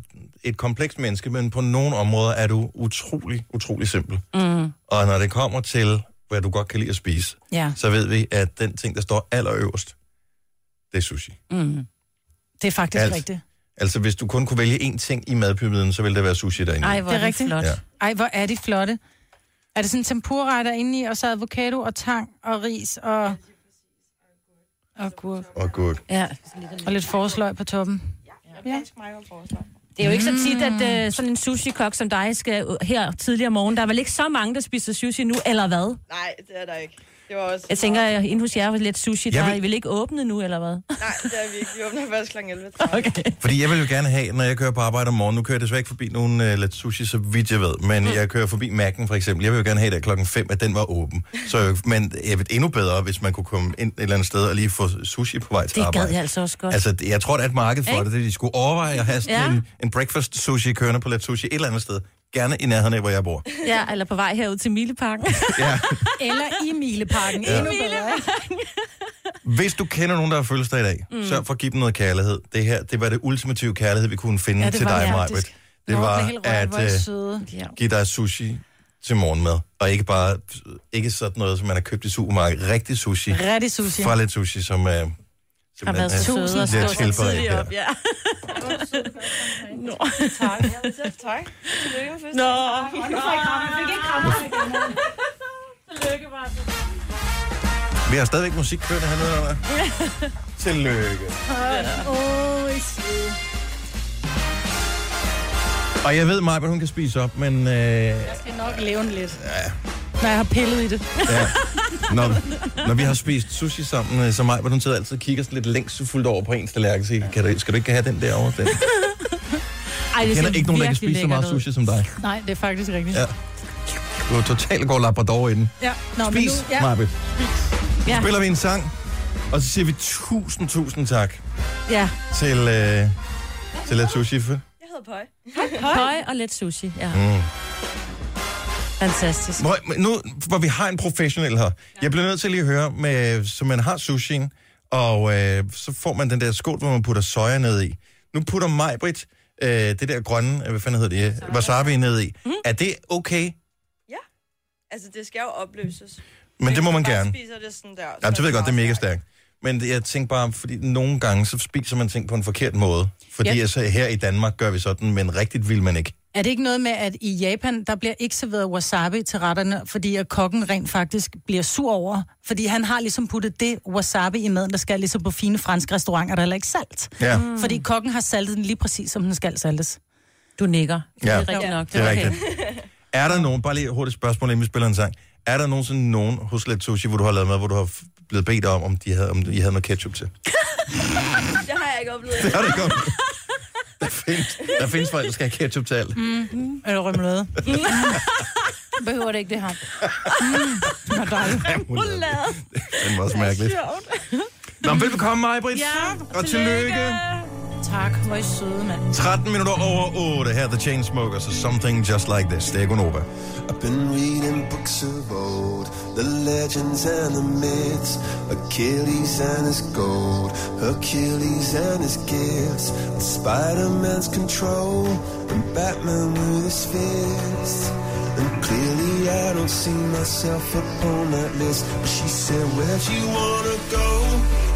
S1: et komplekst menneske, men på nogle områder er du utrolig, utrolig simpel. Mm. Og når det kommer til, hvad du godt kan lide at spise,
S2: Ja.
S1: så ved vi, at den ting, der står allerøverst, det er sushi. Mm.
S2: Det er faktisk
S1: Alt.
S2: Alt. rigtigt.
S1: Altså, hvis du kun kunne vælge én ting i madpyramiden, så ville det være sushi derinde.
S3: Ej, hvor
S2: Det
S3: det
S2: er
S3: er det
S2: rigtigt.
S3: flot.
S1: Ja.
S3: Ja.
S2: Ej, hvor er de flotte. Er det sådan en tempura, der er inde i, og så avocado og tang og ris og... Og, gurk.
S1: Og gurk.
S3: ja.
S2: og lidt forsløg på toppen.
S3: Det er jo ikke så tit,
S2: Mm.
S3: at uh, sådan en sushi-kok som dig skal uh, her tidligere om morgenen. Der er vel ikke så mange, der spiser sushi nu, eller hvad?
S9: Nej, det er der ikke. Det var også...
S3: Jeg tænker, at inde hos jer var lidt sushi,
S1: Jeg
S3: der
S1: vil-
S3: vil... I vil ikke åbne nu, eller hvad?
S9: Nej, det er vi ikke. Vi åbner først kl. 11.
S3: Okay.
S1: Fordi jeg vil jo gerne have, når jeg kører på arbejde om morgenen, nu kører jeg desværre ikke forbi nogen uh, let sushi, så vidt jeg ved, men mm. jeg kører forbi Mac'en for eksempel, jeg vil jo gerne have, at klokken 5, at den var åben. Så, men jeg ved endnu bedre, hvis man kunne komme ind et eller andet sted og lige få sushi på vej til
S3: Det
S1: arbejde.
S3: gad jeg altså også godt.
S1: Altså, det- jeg tror, der er et marked for
S3: Ikke?
S1: det. det. er, De skulle overveje at have sådan ja.
S3: Ja.
S1: en, en breakfast sushi kørende på let sushi et eller andet sted. Gerne i nærheden af, hvor jeg bor.
S3: Ja, eller på vej herud til Mileparken.
S1: Ja.
S2: Eller i Mileparken. Ja. Endnu bedre. ikke?
S1: Hvis du kender nogen, der har fødselsdag i dag, mm. sørg for at give dem noget kærlighed. Det her, det var det ultimative kærlighed, vi kunne finde ja,
S2: det
S1: til
S2: var
S1: dig,
S2: faktisk-
S1: Majbrit. Det
S2: Nå,
S1: var
S2: blev helt rørt,
S1: at
S2: hvor er I
S1: øh,
S2: søde.
S1: give dig sushi til morgenmad. Og ikke bare ikke sådan noget, som man har købt i supermarkedet. Rigtig sushi.
S2: Rigtig sushi.
S1: Fra lidt sushi, som øh,
S3: Har
S1: simpelthen
S3: været så søde og
S1: bliver
S3: stå så
S1: tilberedt
S3: tidligt
S1: her.
S3: op, ja.
S9: Tak. Tak. Tillykke med fødselsdagen.
S3: Nå,
S1: Vi har stadigvæk musik kørende hernede, eller? hvad? Tillykke. Og jeg ved, Maja, hun kan spise op, men... Øh,
S2: Jeg skal nok leve den lidt. Ja. Når jeg har pillet i det.
S1: ja. når, når, vi har spist sushi sammen, øh, så Maja, hun sidder altid og kigger sådan lidt længsefuldt over på ens tallerken, så kan du, skal du ikke have den derovre? Den? Jeg
S3: Ej, det
S1: kender
S3: ser
S1: ikke nogen, der kan
S3: virkelig
S1: spise så
S3: lækkert
S1: meget
S3: ud.
S1: sushi som dig.
S2: Nej, det er faktisk rigtigt.
S1: Ja. Du er totalt går labrador i den.
S2: ja. Nå,
S1: Spis,
S2: men nu,
S1: ja.
S2: ja.
S1: Maja.
S3: Ja.
S1: Spiller vi en sang, Og så siger vi tusind, tusind tak
S10: Ja.
S1: til, øh, til Let Sushi. for-
S11: Jeg hedder Pøj.
S3: Høj og let sushi, ja.
S1: Mm.
S3: Fantastisk.
S1: Hvor, men nu, hvor vi har en professionel her. Jeg bliver nødt til lige at høre, med, så man har sushien, og øh, så får man den der skål, hvor man putter soja ned i. Nu putter Majbrit øh, det der grønne, øh, hvad fanden hedder det, wasabi, wasabi ned i. Mm. Er det okay?
S11: Mhm. Altså, det skal jo opløses.
S1: Men det må man gerne.
S11: Hvis spiser det sådan der.
S1: Jamen,
S11: så
S1: det ved jeg godt, det er mega
S11: meget
S1: stærkt. Men jeg tænker bare, fordi nogle gange, så spiser man ting på en forkert måde. Fordi
S10: Ja.
S1: yep. altså, her i Danmark gør vi sådan, men rigtigt vil man ikke.
S10: Er det ikke noget med, at i Japan, der bliver ikke serveret wasabi til retterne, fordi at kokken rent faktisk bliver sur over? Fordi han har ligesom puttet det wasabi i maden, der skal ligesom på fine franske restauranter, der er heller ikke salt.
S1: Ja,
S10: Mm. Fordi kokken har saltet den lige præcis, som den skal saltes.
S3: Du nikker. Det
S1: Ja.
S3: er rigtigt nok.
S1: det er
S3: okay.
S1: rigtigt. Er der nogen, bare lige hurtigt spørgsmål, inden vi spiller en sang. Er der nogensinde nogen hos Let Sushi, hvor du har lavet mad, hvor du har f- blevet bedt om, om, de havde, om I havde noget ketchup til?
S11: Det har jeg ikke oplevet.
S1: Det har du godt. Der findes, der findes folk, der skal have ketchup til alt. Mm.
S10: Eller remoulade. Mm. Behøver det ikke det her. Mm. Det var dejligt.
S1: Den var også mærkeligt. Nå, men velbekomme mig, Britt. Ja, og tillykke.
S10: Tak, hvor er I søde, mand.
S1: 13 minutter over 8. Her er The Chainsmokers og Something Just Like This. Det er Gunova.
S8: I've been reading books of old, the legends and the myths, Achilles and his gold, Hercules and his gifts, and Spider-Man's control, and Batman with his fists. And clearly I don't see myself upon that list. But she said, Where'd you wanna go?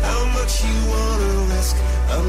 S8: How much you wanna risk? I'm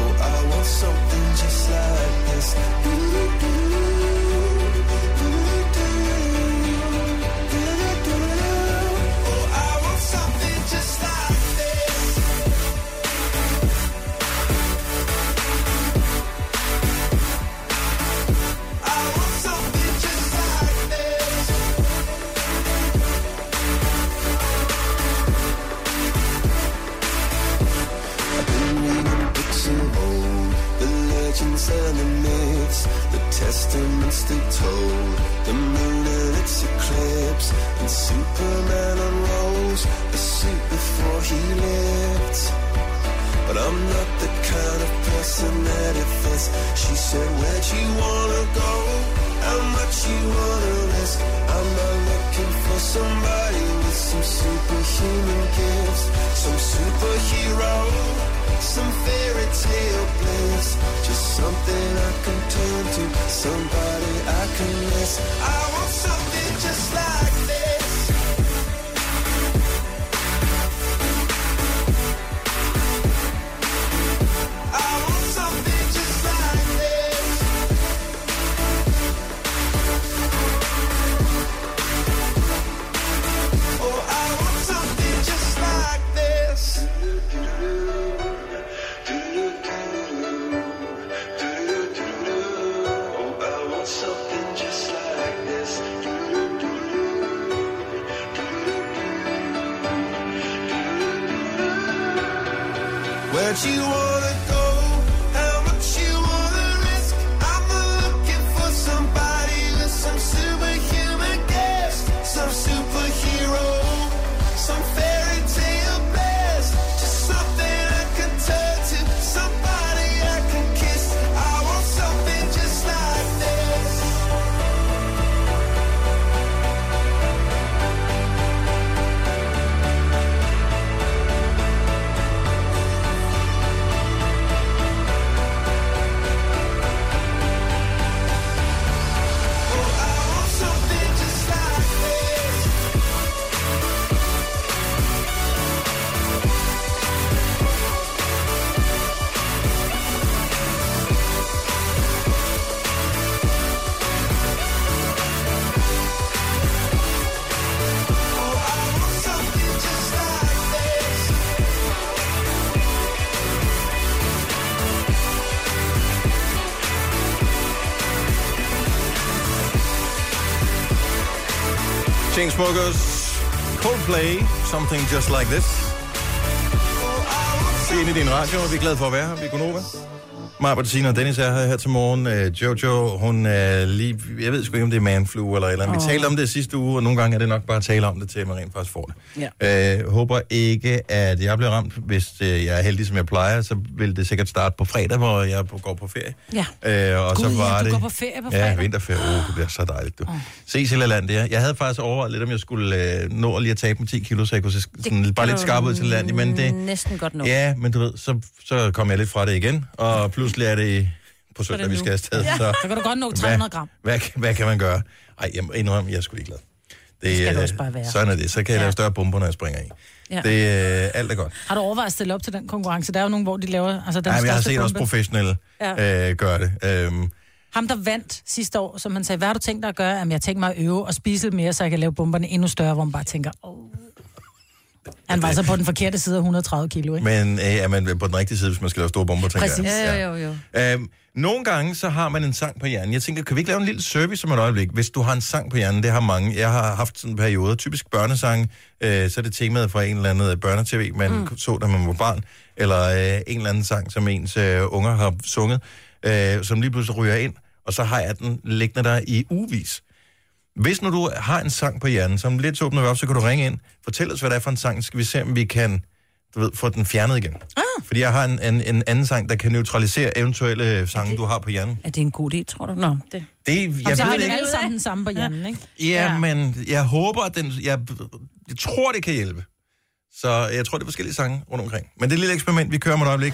S8: Oh, I want something just like this. Oh, I want something just like this. I want something just like this. been reading books of old, the legends and the myths, the testaments they told, the moon and its eclipse, and Superman unrolls a suit before he lived. But I'm not the kind of person that it fits. She said, Where'd you wanna go? How much you wanna risk? I'm not looking for somebody with some superhuman gifts, some superhero, some fairy tale bliss. Just something I can turn to, somebody I can miss. I want something just like this. I want something just like this. Oh, I want something just like this. Oh, I want something just like this. Where'd you wanna go? How much you wanna risk? I'm not looking for somebody with some superhuman gifts, some superhero, some fairy tale bliss. Just something I can turn to, somebody I can kiss. I want something just like this. I
S1: Evening Smokers, Coldplay, Something Just Like This. Det er inde i din radio, og vi er glade for at være her. Vi er Gunova. Maja Bettina og Dennis er her, her til morgen. Øh, Jojo, hun er lige... Jeg ved sgu ikke, om det er manflu eller et eller andet. Oh.
S10: Åh.
S1: Vi talte om det sidste uge, og nogle gange er det nok bare at tale om det, til at man rent faktisk får det.
S10: Ja.
S1: Øh, håber ikke, at jeg bliver ramt. Hvis øh, jeg er heldig, som jeg plejer, så vil det sikkert starte på fredag, hvor jeg går på ferie.
S2: Ja.
S1: Øh, og
S2: Gud,
S1: så
S2: ja,
S1: var
S2: du
S1: det...
S2: går på ferie på
S1: Ja,
S2: fredag.
S1: vinterferie. Oh, det bliver så dejligt, du. Ses hele landet, ja. Jeg havde faktisk overvejet lidt, om jeg skulle øh, nå at lige at tabe mig 10 kilo, så jeg kunne se sådan, bare lidt skarp ud til landet, men det...
S3: Mm, Næsten godt nok.
S1: Ja, men du ved, så, så kom jeg lidt fra det igen, og pludselig er det på
S2: Så er det
S1: søndag, vi
S2: nu.
S1: skal afsted.
S2: Ja.
S1: Så,
S2: Så kan du godt nå 300 gram.
S1: Hvad, hvad, hvad kan man gøre? Ej, jeg må indrømme, jeg er sgu ligeglad. Det, det øh,
S2: skal du også bare være.
S1: Sådan er det. Så kan jeg
S2: Ja.
S1: lave større bomber, når jeg springer i.
S2: Ja.
S1: Ja. Det er øh, alt er godt.
S2: Har du overvejet at stille op til den konkurrence? Der er jo nogen, hvor de laver... Altså, den
S1: Ej, men jeg har
S2: største
S1: set også
S2: bombe.
S1: professionelle
S2: Ja.
S1: ja. øh, gøre det. Øhm,
S2: Ham, der vandt sidste år, som han sagde, hvad har du tænkt dig at gøre? Jamen, jeg tænker mig at øve og spise lidt mere, så jeg kan lave bomberne endnu større, hvor man bare tænker, oh. Han var så på den forkerte side af 130 kilo, ikke?
S1: men øh, er man på den rigtige side, hvis man skal lave store bomber, tænker
S2: Præcis.
S1: jeg.
S2: jo, jo.
S1: Øhm, nogle gange, så har man en sang på hjernen. Jeg tænker, kan vi ikke lave en lille service om et øjeblik? Hvis du har en sang på hjernen, det har mange. Jeg har haft sådan en periode, typisk børnesang, øh, så er det temaet fra en eller anden børnetv, man mm. så, da man var barn, eller øh, en eller anden sang, som ens øh, unger har sunget, øh, som lige pludselig ryger ind, og så har jeg den liggende der i uvis. Hvis nu du har en sang på hjernen, som lidt så åbner vi op, så kan du ringe ind. Fortæl os, hvad det er for en sang, så skal vi se, om vi kan du ved, få den fjernet igen. Ah. Fordi jeg har en, en, en anden sang, der kan neutralisere eventuelle øh, sange, du har på hjernen.
S3: Er det en god idé, tror du? Nå, det...
S1: Det,
S2: Jeg
S1: jeg
S2: så har
S1: ved det
S2: vi
S1: ikke.
S2: alle sammen den samme på hjernen, ikke?
S1: Ja, ja, men jeg håber, at den... Jeg, jeg tror, det kan hjælpe. Så jeg tror, det er forskellige sange rundt omkring. Men det er et lille eksperiment, vi kører om et øjeblik.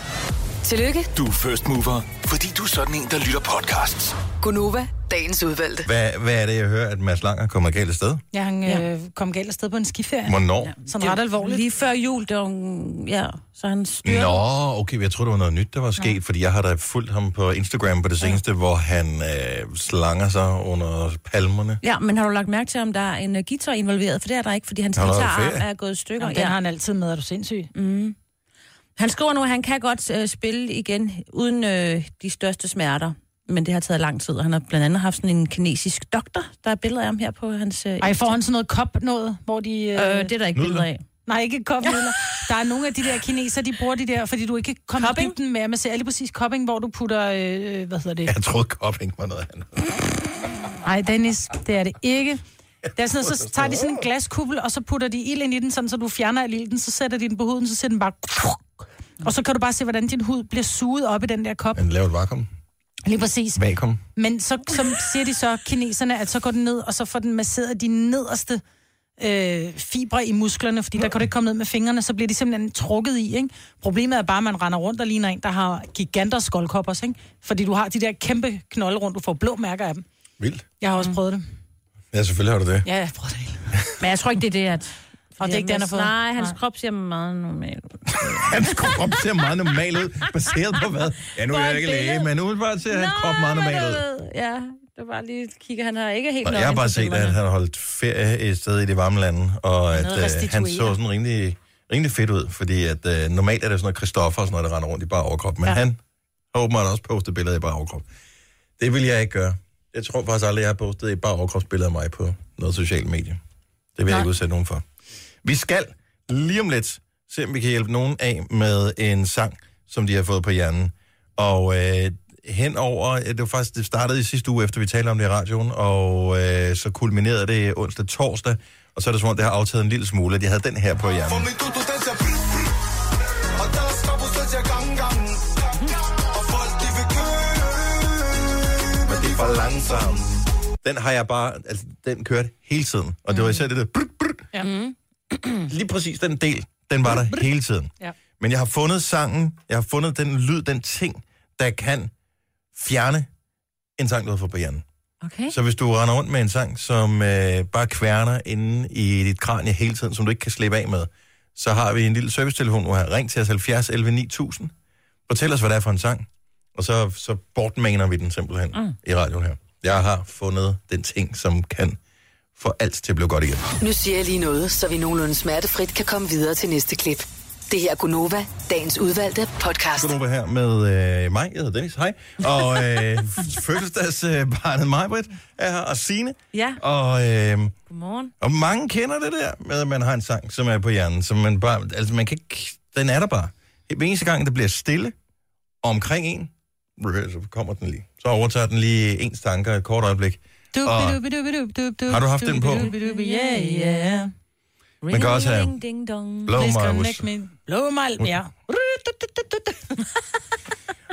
S5: Tillykke,
S1: Du er first mover.
S4: Fordi du er sådan en, der lytter podcasts.
S5: Gunova, dagens udvalgte.
S1: Hvad, hvad er det, jeg hører, at Mads Langer kommer galt af sted?
S2: Ja, han øh, kom galt afsted på en skiferie.
S1: Hvornår? Ja.
S2: Sådan ret alvorligt.
S3: Lige før jul, det var... en- Ja, så han styrte.
S1: Nå, okay, jeg tror, det var noget nyt, der var sket, fordi jeg har da fulgt ham på Instagram på det seneste, hvor han øh, slanger sig under palmerne.
S3: Ja, men har du lagt mærke til, om der er en øh, guitar involveret? For det er der ikke, fordi hans
S1: Har du været på
S3: guitararm
S1: ferie?
S3: er gået i stykker.
S2: Jamen, den har han altid med, er du sindssyg?
S3: Mm. Han skriver nu, at han kan godt øh, spille igen uden øh, de største smerter. Men det har taget lang tid, og han har blandt andet haft sådan en kinesisk doktor, der er billeder af ham her på hans... Øh,
S2: Ej, får han sådan noget kop noget, hvor de... Øh,
S3: Øh, det er der ikke billeder af.
S2: Nej, ikke kopnudler. Der er nogle af de der kinesere, de bruger de der, fordi du ikke kommer i dybden med, men ser lige præcis kopping, hvor du putter, øh, hvad hedder det?
S1: Jeg troede, Copping var noget andet.
S2: Nej, Dennis, det er det ikke. Det er sådan, noget, så tager de sådan en glaskuppel, og så putter de ild ind i den, sådan, så du fjerner al ilden, så sætter de den på huden, så ser den bare... Og så kan du bare se, hvordan din hud bliver suget op i den der kop.
S1: Han lavede et vakuum.
S2: Lige præcis.
S1: Vakuum.
S2: Men så, så siger de så, kineserne, at så går den ned, og så får den masseret de nederste øh, fibre i musklerne, fordi der kan du ikke komme ned med fingrene, så bliver de simpelthen trukket i, ikke? Problemet er bare, at man render rundt og ligner en, der har giganter skoldkoppers, ikke? Fordi du har de der kæmpe knolde rundt, du får blå mærker af dem.
S1: Vildt.
S2: Jeg har også prøvet det.
S1: Ja, selvfølgelig har du det.
S2: Mm. Ja, jeg har prøvet det hele.
S3: Men jeg tror ikke, det er det, at...
S2: Og det er ikke det, han har fået?
S3: Nej, hans
S2: Nej.
S3: krop ser meget normalt.
S1: Hans krop ser meget normal ud, baseret på hvad? Ja, nu er jeg ikke læge, men umiddelbart ser hans krop meget normal ud.
S3: Ja, du bare lige kigger. Han har ikke helt
S1: Og jeg har
S3: nøgen
S1: bare
S3: til
S1: set,
S3: billederne.
S1: at han har holdt ferie et sted i det varme lande, og at
S3: Noget
S1: øh, han
S3: restituere.
S1: så sådan rimelig, rimelig fedt ud, fordi at øh, normalt er det sådan noget Christoffer og sådan noget, der render rundt i bare overkrop, men ja. han har åbenbart også postet billeder i bare overkrop. Det vil jeg ikke gøre. Jeg tror faktisk aldrig, jeg har postet et bare overkropsbillede af mig på noget socialt medie. Det vil jeg
S10: Nej.
S1: ikke udsætte nogen for. Vi skal lige om lidt se, om vi kan hjælpe nogen af med en sang, som de har fået på hjernen. Og øh, henover, øh, det var faktisk, det startede i sidste uge, efter vi talte om det i radioen, og øh, så kulminerede det onsdag torsdag, og så er det som om, det har aftaget en lille smule, at jeg havde den her på hjernen.
S12: For min du, du danser bling, bling. Og der er skabu, så siger gang, gang. Og folk, de vil købe.
S1: Men det er for langsomt. Den har jeg bare, altså den kørte hele tiden, og det var især det der, brr,
S2: Mm. Ja. Mm.
S1: lige præcis den del, den var der hele tiden.
S2: Ja.
S1: Men jeg har fundet sangen, jeg har fundet den lyd, den ting, der kan fjerne en sang, du har fået på hjernen.
S3: Okay.
S1: Så hvis du render rundt med en sang, som øh, bare kværner inde i dit kranie hele tiden, som du ikke kan slippe af med, så har vi en lille servicetelefon nu her. Ring til os 70 11 9000. Fortæl os, hvad det er for en sang. Og så, så bortmaner vi den simpelthen mm. i radioen her. Jeg har fundet den ting, som kan få alt til at blive godt igen.
S5: Nu siger jeg lige noget, så vi nogenlunde smertefrit kan komme videre til næste klip. Det her er Gunova, dagens udvalgte podcast.
S1: Skal du være her med øh, mig, jeg hedder Dennis, hej. Og øh, fødselsdagsbarnet øh, Majbrit er her, og Signe.
S3: Ja.
S1: Og, øh,
S3: Godmorgen.
S1: og mange kender det der med, at man har en sang, som er på hjernen. Som man bare, altså man kan ikke, den er der bare. Hver eneste gang, der bliver stille omkring en, øh, så kommer den lige. Så overtager den lige ens tanker et kort øjeblik.
S10: Du,
S1: Og
S10: du, du, du, du, du,
S1: Har du haft
S10: du,
S1: den på?
S10: du, du, du, Yeah, yeah.
S1: Man kan også have
S10: Ring, ding, dong.
S1: Blow
S10: Please
S1: my
S10: connect me. Blow my... Ja.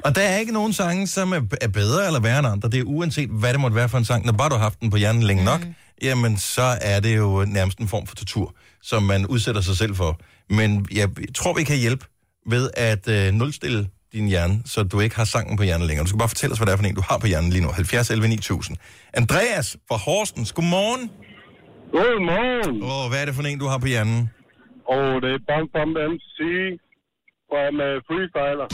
S1: Og der er ikke nogen sange, som er, er bedre eller værre end andre. Det er uanset, hvad det måtte være for en sang. Når bare du har haft den på hjernen længe nok, jamen så er det jo nærmest en form for tortur, som man udsætter sig selv for. Men jeg tror, vi kan hjælpe ved at øh, nulstille din hjerne, så du ikke har sangen på hjernen længere. Du skal bare fortælle os, hvad det er for en, du har på hjernen lige nu. 70 11 9000. Andreas fra Horsens, godmorgen.
S6: Godmorgen.
S1: Åh, hvad er det for en, du har på hjernen?
S6: Og det er Bang Bang MC fra med Freestyler.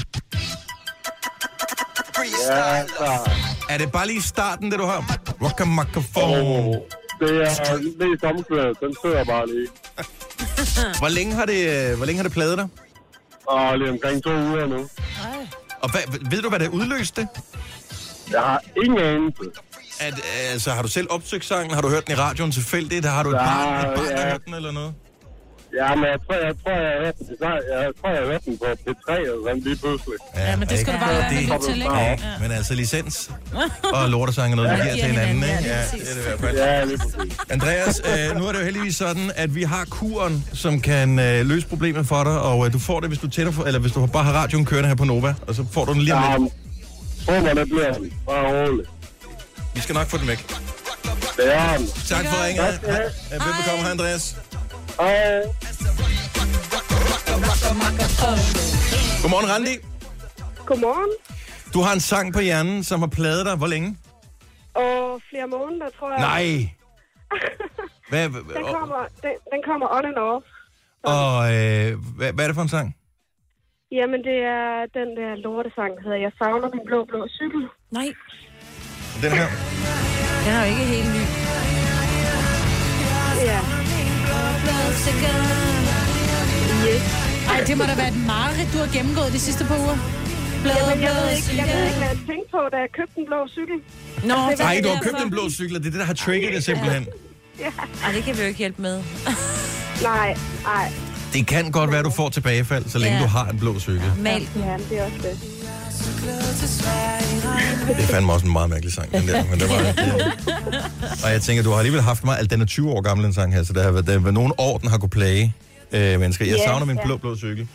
S1: Freestyle. Er det bare lige starten, det du har? Rocka Macka
S6: Det er mest omkvædet. Den søger bare lige.
S1: Hvor længe har det, øh, hvor længe har det pladet dig?
S6: Og lige omkring to uger nu.
S1: Og hvad, ved du, hvad der udløste?
S6: Jeg har ingen anelse.
S1: At, altså, har du selv opsøgt sangen? Har du hørt den i radioen tilfældigt? Har du et
S6: Ja,
S1: barn, et barn der
S6: ja.
S1: har hørt den eller noget?
S6: Ja, men jeg tror, jeg tror, jeg har hørt den, jeg tror, jeg har hørt den på P3 eller sådan lige pludselig.
S1: Ja,
S6: men det skal du bare lade være med til, ikke?
S1: Ja,
S6: Ja.
S1: Men altså, licens og lortesange er noget, vi
S6: Ja.
S1: giver til hinanden, ikke? Ja,
S6: præcis.
S1: det er det i hvert fald.
S6: Ja, lige præcis.
S1: Andreas, øh, nu er det jo heldigvis sådan, at vi har kuren, som kan øh, løse problemet for dig, og øh, du får det, hvis du tænder for, eller hvis du bare har radioen kørende her på Nova, og så får du den lige om lidt.
S6: Tror det bliver den. Bare roligt.
S1: Vi skal nok få den væk.
S6: Det er den.
S1: Tak for ringet. Hej. Velbekomme, Andreas.
S6: Hej.
S1: Godmorgen, Randi.
S8: Godmorgen,
S1: Du har en sang på hjernen, som har pladet dig. Hvor længe?
S8: og flere måneder, tror jeg.
S1: Nej. Hvad,
S8: Den
S1: og
S8: kommer, den, den kommer on and off.
S1: og øh, hvad, hvad er det for en sang?
S8: Jamen, det er den der lortesang, der hedder Jeg savner min blå, blå cykel.
S3: Nej.
S1: Den her.
S3: Den er jo ikke helt ny.
S8: Ja.
S10: Yes. Ej, det må da være et mareridt, du har gennemgået de sidste par uger.
S8: Jamen, jeg ved ikke, jeg ved ikke hvad jeg tænkte på, da jeg købte den blå cykel.
S3: Nå,
S1: Nej, du har købt en blå cykel, og det er det, der har trigget det simpelthen.
S8: Ja.
S3: Ej, det kan vi jo ikke hjælpe med.
S8: Nej, nej.
S1: Det kan godt være, du får tilbagefald, så længe
S8: Ja.
S1: du har en blå cykel.
S3: Mal den.
S8: Ja, det er også det.
S1: Det fandt mig også en meget mærkelig sang, den der. Men det var, og jeg tænker, du har alligevel haft mig, alt den er 20 år gammel, den sang her, så der har været, der har været nogle år, den har kunne plage øh, mennesker. Jeg
S13: Ja,
S1: savner min
S13: ja.
S1: blå, blå cykel.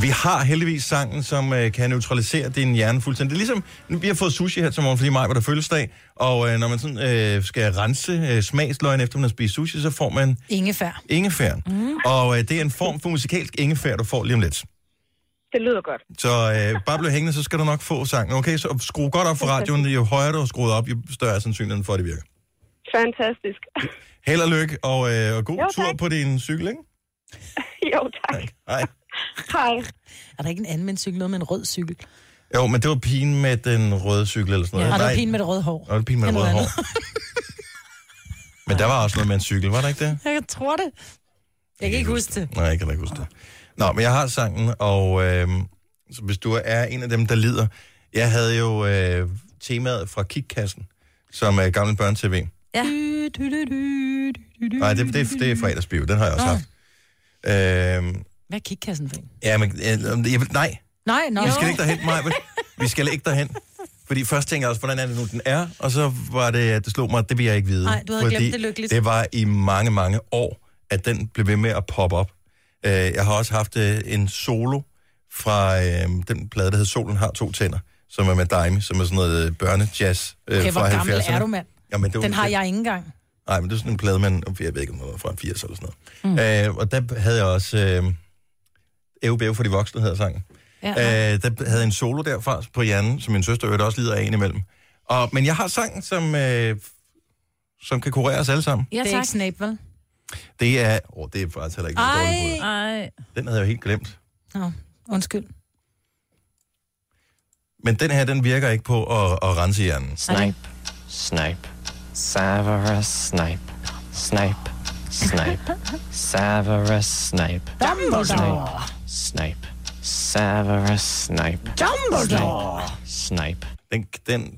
S1: Vi har heldigvis sangen, som øh, kan neutralisere din hjerne fuldstændig. Det er ligesom, nu, vi har fået sushi her til morgen, fordi mig var der fødselsdag, og øh, når man sådan, øh, skal rense øh, smagsløgn efter, man har spist sushi, så får man
S10: Ingefær.
S1: ingefæren. Mm. Og øh, det er en form for musikalsk ingefær, du får lige om lidt.
S8: Det lyder godt.
S1: Så øh, bare bliv hængende, så skal du nok få sangen. Okay, så skru godt op for radioen. Jo højere du har skruet op, jo større er sandsynligheden for, at det virker.
S8: Fantastisk.
S1: Held og lykke, og, øh, og god
S8: Jo,
S1: jo, tur på din cykel, ikke?
S8: jo, tak.
S1: Hej.
S8: Hej.
S10: Er der ikke en anden med en cykel, noget med en rød cykel?
S1: Jo, men det var pigen med den røde cykel eller sådan noget.
S10: Ja. Og der er
S1: Nej,
S10: pigen med det røde hår.
S1: og det var pigen med det
S10: Eller
S1: røde
S10: noget
S1: hår. Men der var også noget med en cykel, var der ikke det?
S10: Jeg tror det. Jeg kan ikke huske det.
S1: Nej, jeg kan da ikke huske det. Nå, men jeg har sangen, og øh, så hvis du er en af dem, der lider... Jeg havde jo øh, temaet fra Kikkassen, som er gammel børn-tv.
S3: Ja.
S1: Nej, det, det, det er fredagsbio, den har jeg også
S10: Nå.
S1: haft. Øh,
S10: Hvad er kikkassen for en?
S1: ja, men... Øh, jeg, vil- nej,
S10: Nej, nå.
S1: Vi skal ikke derhen, Maja. Vi skal ikke derhen. Fordi først tænker jeg også, hvordan er det nu, den er? Og så var det, at det slog mig, at det vil jeg ikke vide.
S10: Nej, du havde
S1: fordi
S10: glemt det lykkeligt.
S1: Det var i mange, mange år, at den blev ved med at poppe op. Øh, Jeg har også haft øh, en solo fra øh, den plade, der hedder Solen har to tænder, som er med Daimi, som er sådan noget øh, børnejazz øh,
S10: Okay,
S1: fra 70'erne.
S10: hvor gammel er du, mand?
S1: Jamen, det var,
S10: Den har jeg ikke engang.
S1: Nej, men det er sådan en plade, man, jeg ved ikke, om den var fra 80 eller sådan noget. Mm. Øh, og der havde jeg også øh, Ævbæv for de voksne, hedder sangen.
S10: Ja.
S1: Øh, der havde jeg en solo derfra på hjernen, som min søster øvrigt også lider af en imellem. Og, men jeg har sangen, som, øh, som kan kurere os alle sammen.
S10: Ja, det er ikke Snape, vel?
S1: Det er... Åh, det er faktisk heller ikke et
S10: Ej.
S1: dårligt bud.
S3: Ej.
S1: Den havde jeg jo helt glemt.
S10: Nå, undskyld.
S1: Men den her, den virker ikke på at, at rense hjernen.
S10: Snipe.
S14: Snipe. Severus Snipe. Snipe.
S15: Snipe. Savarus Snipe.
S16: Dumbledore.
S15: Snipe. Savarus Snipe.
S2: Dumbledore.
S15: Snipe.
S1: Den, den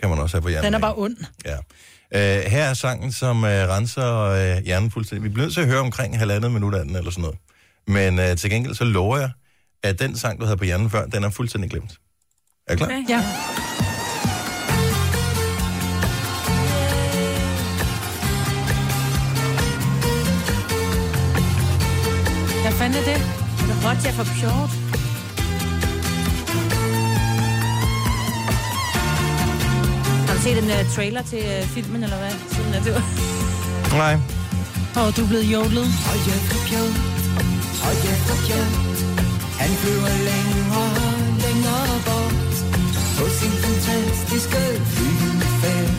S1: kan man også have på hjernen.
S2: Den er
S1: af.
S2: bare ond.
S1: Ja. Øh, her er sangen, som øh, renser øh, hjernen fuldstændig. Vi bliver nødt til at høre omkring halvandet minut af den, eller sådan noget. Men øh, til gengæld så lover jeg, at den sang, du havde på hjernen før, den er fuldstændig glemt. Er du klar?
S2: Ja. Hvad fanden er det? Det er Roger fra Pjort.
S3: Har du set en uh, trailer til uh, filmen, eller hvad? Siden at det var...
S1: Nej.
S2: Og du er blevet jodlet.
S16: Roger fra Pjort. Roger fra Pjort. Han flyver længere, længere bort. På sin fantastiske flyvende færd.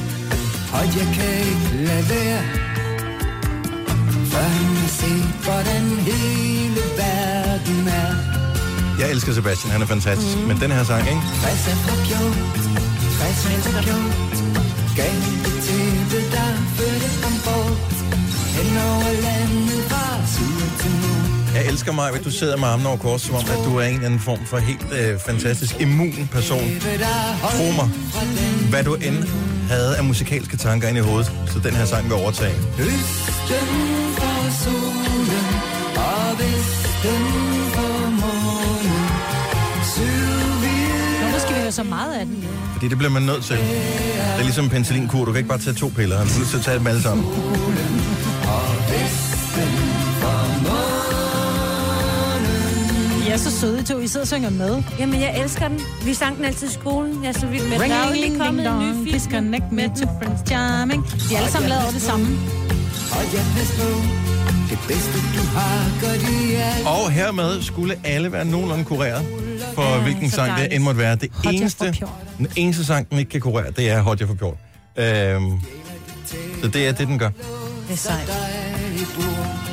S16: Og jeg kan ikke lade være. Før han har set, hvordan hele verden er.
S1: Jeg elsker Sebastian, han er fantastisk. Mm. Men den her sang, ikke?
S16: Rejse fra Pjort. Rejse fra Pjort. Gav det til det, der førte ham bort. Hen over landet fra syd til nord.
S1: Jeg elsker mig, at du sidder med armene over kors, som om at du er en eller anden form for helt øh, fantastisk immun person. Tro mig, hvad du end havde af musikalske tanker ind i hovedet, så den her sang vil overtage.
S16: Østen for solen og vesten for månen.
S2: Hvorfor skal vi høre så meget af den?
S1: Fordi det bliver man nødt til. Det er ligesom en penicillinkur. Du kan ikke bare tage to piller. Du er nødt til at tage dem alle sammen.
S2: I er så søde, I to. I sidder og synger med.
S3: Jamen, jeg elsker den. Vi sang den altid i skolen. Jeg er så vild med den. Der er jo lige kommet en ny film.
S2: Disconnect me to Prince Charming. De er alle sammen lavet over det samme.
S16: Og jeg pas på, det bedste du har, gør de alt.
S1: Og hermed skulle alle være nogenlunde kureret for hvilken
S16: så
S1: sang det
S16: dejligt.
S1: end måtte være. Det
S16: Hot Jeff
S1: eneste,
S16: fra Pjort.
S1: den eneste sang, den ikke kan kurere, det er Hot Jeff for Pjort. Øhm, så det er det, den gør.
S2: Det er sejt.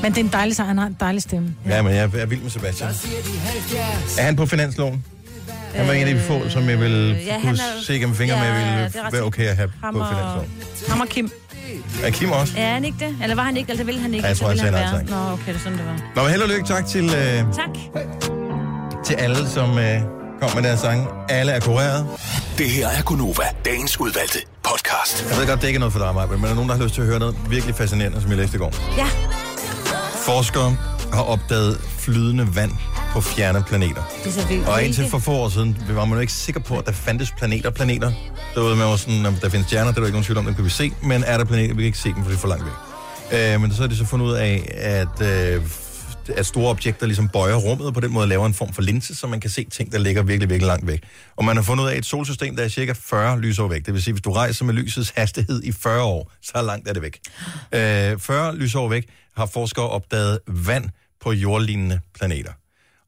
S2: Men det er en dejlig sang. Han har en dejlig stemme.
S1: Ja, men jeg er vild med Sebastian. Er han på finansloven? Han var en af de få, som jeg ville
S3: Øh, ja, han
S1: kunne
S3: er-
S1: se igennem fingre med,
S3: Ja,
S1: ville
S3: det er ret
S1: være okay at have på
S3: Ham og-
S1: finansloven.
S3: Ham og Kim.
S1: Er Kim også?
S3: Er han ikke det? Eller var han ikke? Eller det ville han ikke?
S1: Ja, jeg tror,
S3: så ville
S1: han
S3: han
S1: sagde nej
S3: være. Nå, okay, det er sådan, det var.
S1: Nå, men held og lykke. Tak til, øh,
S3: Tak.
S1: til alle, som øh, kom med deres sange. Alle er kureret.
S4: Det her er Gunova, dagens udvalgte podcast.
S1: Jeg ved godt, det ikke er noget for dig, Maja, men er der nogen, der har lyst til at høre noget virkelig fascinerende, som jeg læste i går?
S3: Ja.
S1: Forskere har opdaget flydende vand på fjerne planeter.
S3: Det er så vildt.
S1: Og indtil for få år siden var man jo ikke sikker på, at der fandtes planeter og planeter. Derude man var sådan, om der findes stjerner, det er der ikke nogen tvivl om, dem kan vi se, men er der planeter, vi kan ikke se dem, for det er for langt væk. Øh, men så har de så fundet ud af, at, øh, at store objekter ligesom bøjer rummet, og på den måde laver en form for linse, så man kan se ting, der ligger virkelig, virkelig langt væk. Og man har fundet ud af et solsystem, der er cirka 40 lysår væk. Det vil sige, hvis du rejser med lysets hastighed i 40 år, så langt er det væk. Øh, 40 lysår væk har forskere opdaget vand på jordlignende planeter.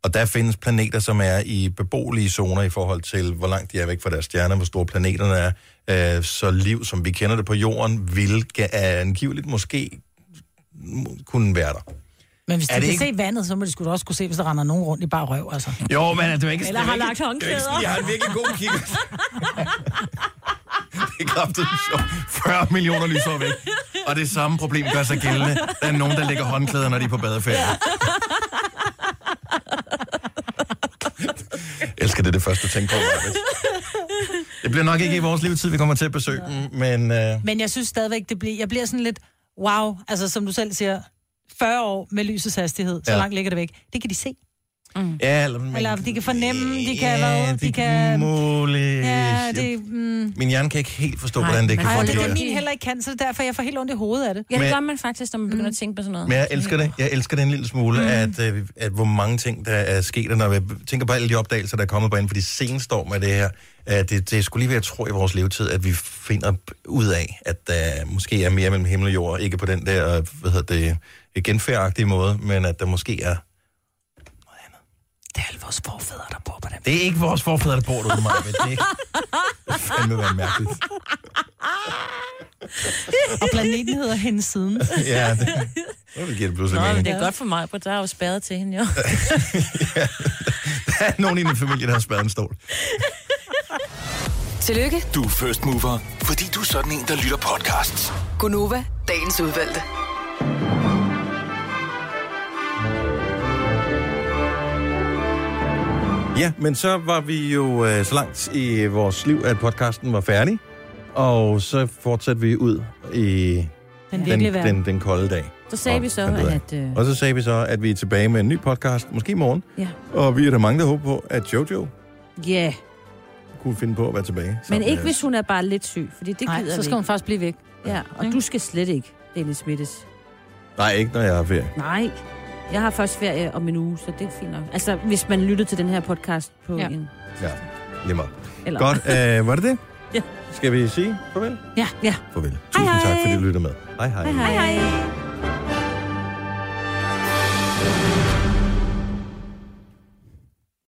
S1: Og der findes planeter, som er i beboelige zoner i forhold til, hvor langt de er væk fra deres stjerner, hvor store planeterne er. Øh, Så liv, som vi kender det på jorden, vil ga- angiveligt måske m- kunne være der.
S2: Men hvis de
S1: Er det
S2: kan
S1: ikke-
S2: se vandet, så må de sgu da også kunne se, hvis der render nogen rundt i bare røv, altså.
S1: Jo, men det er ikke...
S2: Eller har lagt
S1: Det er ikke
S2: håndklæder.
S1: sådan, jeg har en virkelig god kigger. det er kraftigt sjovt. 40 millioner lysår væk. Og det samme problem gør sig gældende. Der er nogen, der lægger håndklæder, når de er på badeferie. Jeg elsker det, det første, jeg tænker på. Marvitt. Det bliver nok ikke i vores levetid, vi kommer til at besøge dem, men... Øh,
S2: Men jeg synes stadigvæk, det bliver, jeg bliver sådan lidt, wow, altså som du selv siger, 40 år med lysets hastighed, så
S1: Ja.
S2: ja. langt ligger det væk. Det kan de se. Mm.
S1: ja, eller, men,
S2: Eller de kan fornemme, de kan,
S1: ja,
S2: hvad, de kan...
S1: Muligt.
S2: Ja, det, mm,
S1: Min hjerne kan ikke helt forstå, hvordan det kan
S2: nej, det
S1: fungere.
S2: er det, min heller ikke kan, så det er derfor, jeg får helt ondt i hovedet af det.
S1: Ja, det Men- gør
S2: man faktisk, når man begynder at tænke på sådan noget.
S1: Men jeg elsker det. Jeg elsker det en lille smule, mm. at, øh, at hvor mange ting, der er sket, og når jeg tænker på alle de opdagelser, der er kommet på inden for de seneste år med det her, at det, det skulle lige være, jeg tror, i vores levetid, at vi finder ud af, at der måske er mere mellem himmel og jord, ikke på den der, øh, hvad hedder det, genfærdagtige måde, men at der måske er...
S2: Det er alle vores forfædre, der bor på den.
S1: Det er ikke vores forfædre, der bor derude, Maja, men det det fandme være mærkeligt.
S2: Og planeten hedder hendes siden.
S1: ja, det, nu giver det pludselig
S3: Nå, men
S1: mening.
S3: det er godt for mig, for der er jo spadet til
S1: Øh,
S3: hende, jo.
S1: Der er nogen i min familie, der har spadet en stol.
S5: Tillykke,
S4: Du er first mover, fordi du er sådan en, der lytter podcasts.
S5: Gunova, dagens udvalgte.
S1: Ja, men så var vi jo øh, så langt i vores liv, at podcasten var færdig. Og så fortsatte vi ud i den,
S3: virkelige
S1: den,
S3: verden.
S1: den, den kolde dag.
S3: Så sagde vi så,
S1: den ved jeg
S3: at... Øh,
S1: Og så sagde vi så, at vi er tilbage med en ny podcast, måske i morgen.
S3: ja.
S1: Og vi er der mange, der håber på, at Jojo
S3: ja,
S1: kunne finde på at være tilbage. øh,
S3: men
S1: sammen
S3: ikke
S1: med
S3: hvis hun er bare lidt syg, fordi det gider
S2: Nej, så
S3: vi
S2: skal hun
S3: ikke.
S2: faktisk blive væk.
S3: Ja, og du skal slet ikke, Dennis Smittes.
S1: os. Nej, ikke når jeg har ferie.
S3: Nej, jeg har først ferie om en uge, så det er fint nok. Altså, hvis man lytter til den her podcast på ja. en...
S1: Ja, lige meget.
S3: Eller-
S1: Godt, øh, var det det?
S3: Ja.
S1: Skal vi sige farvel?
S3: Ja, ja.
S1: Farvel. Tusind hej, tak, fordi du lyttede med. Hej hej.
S3: Hej, hej.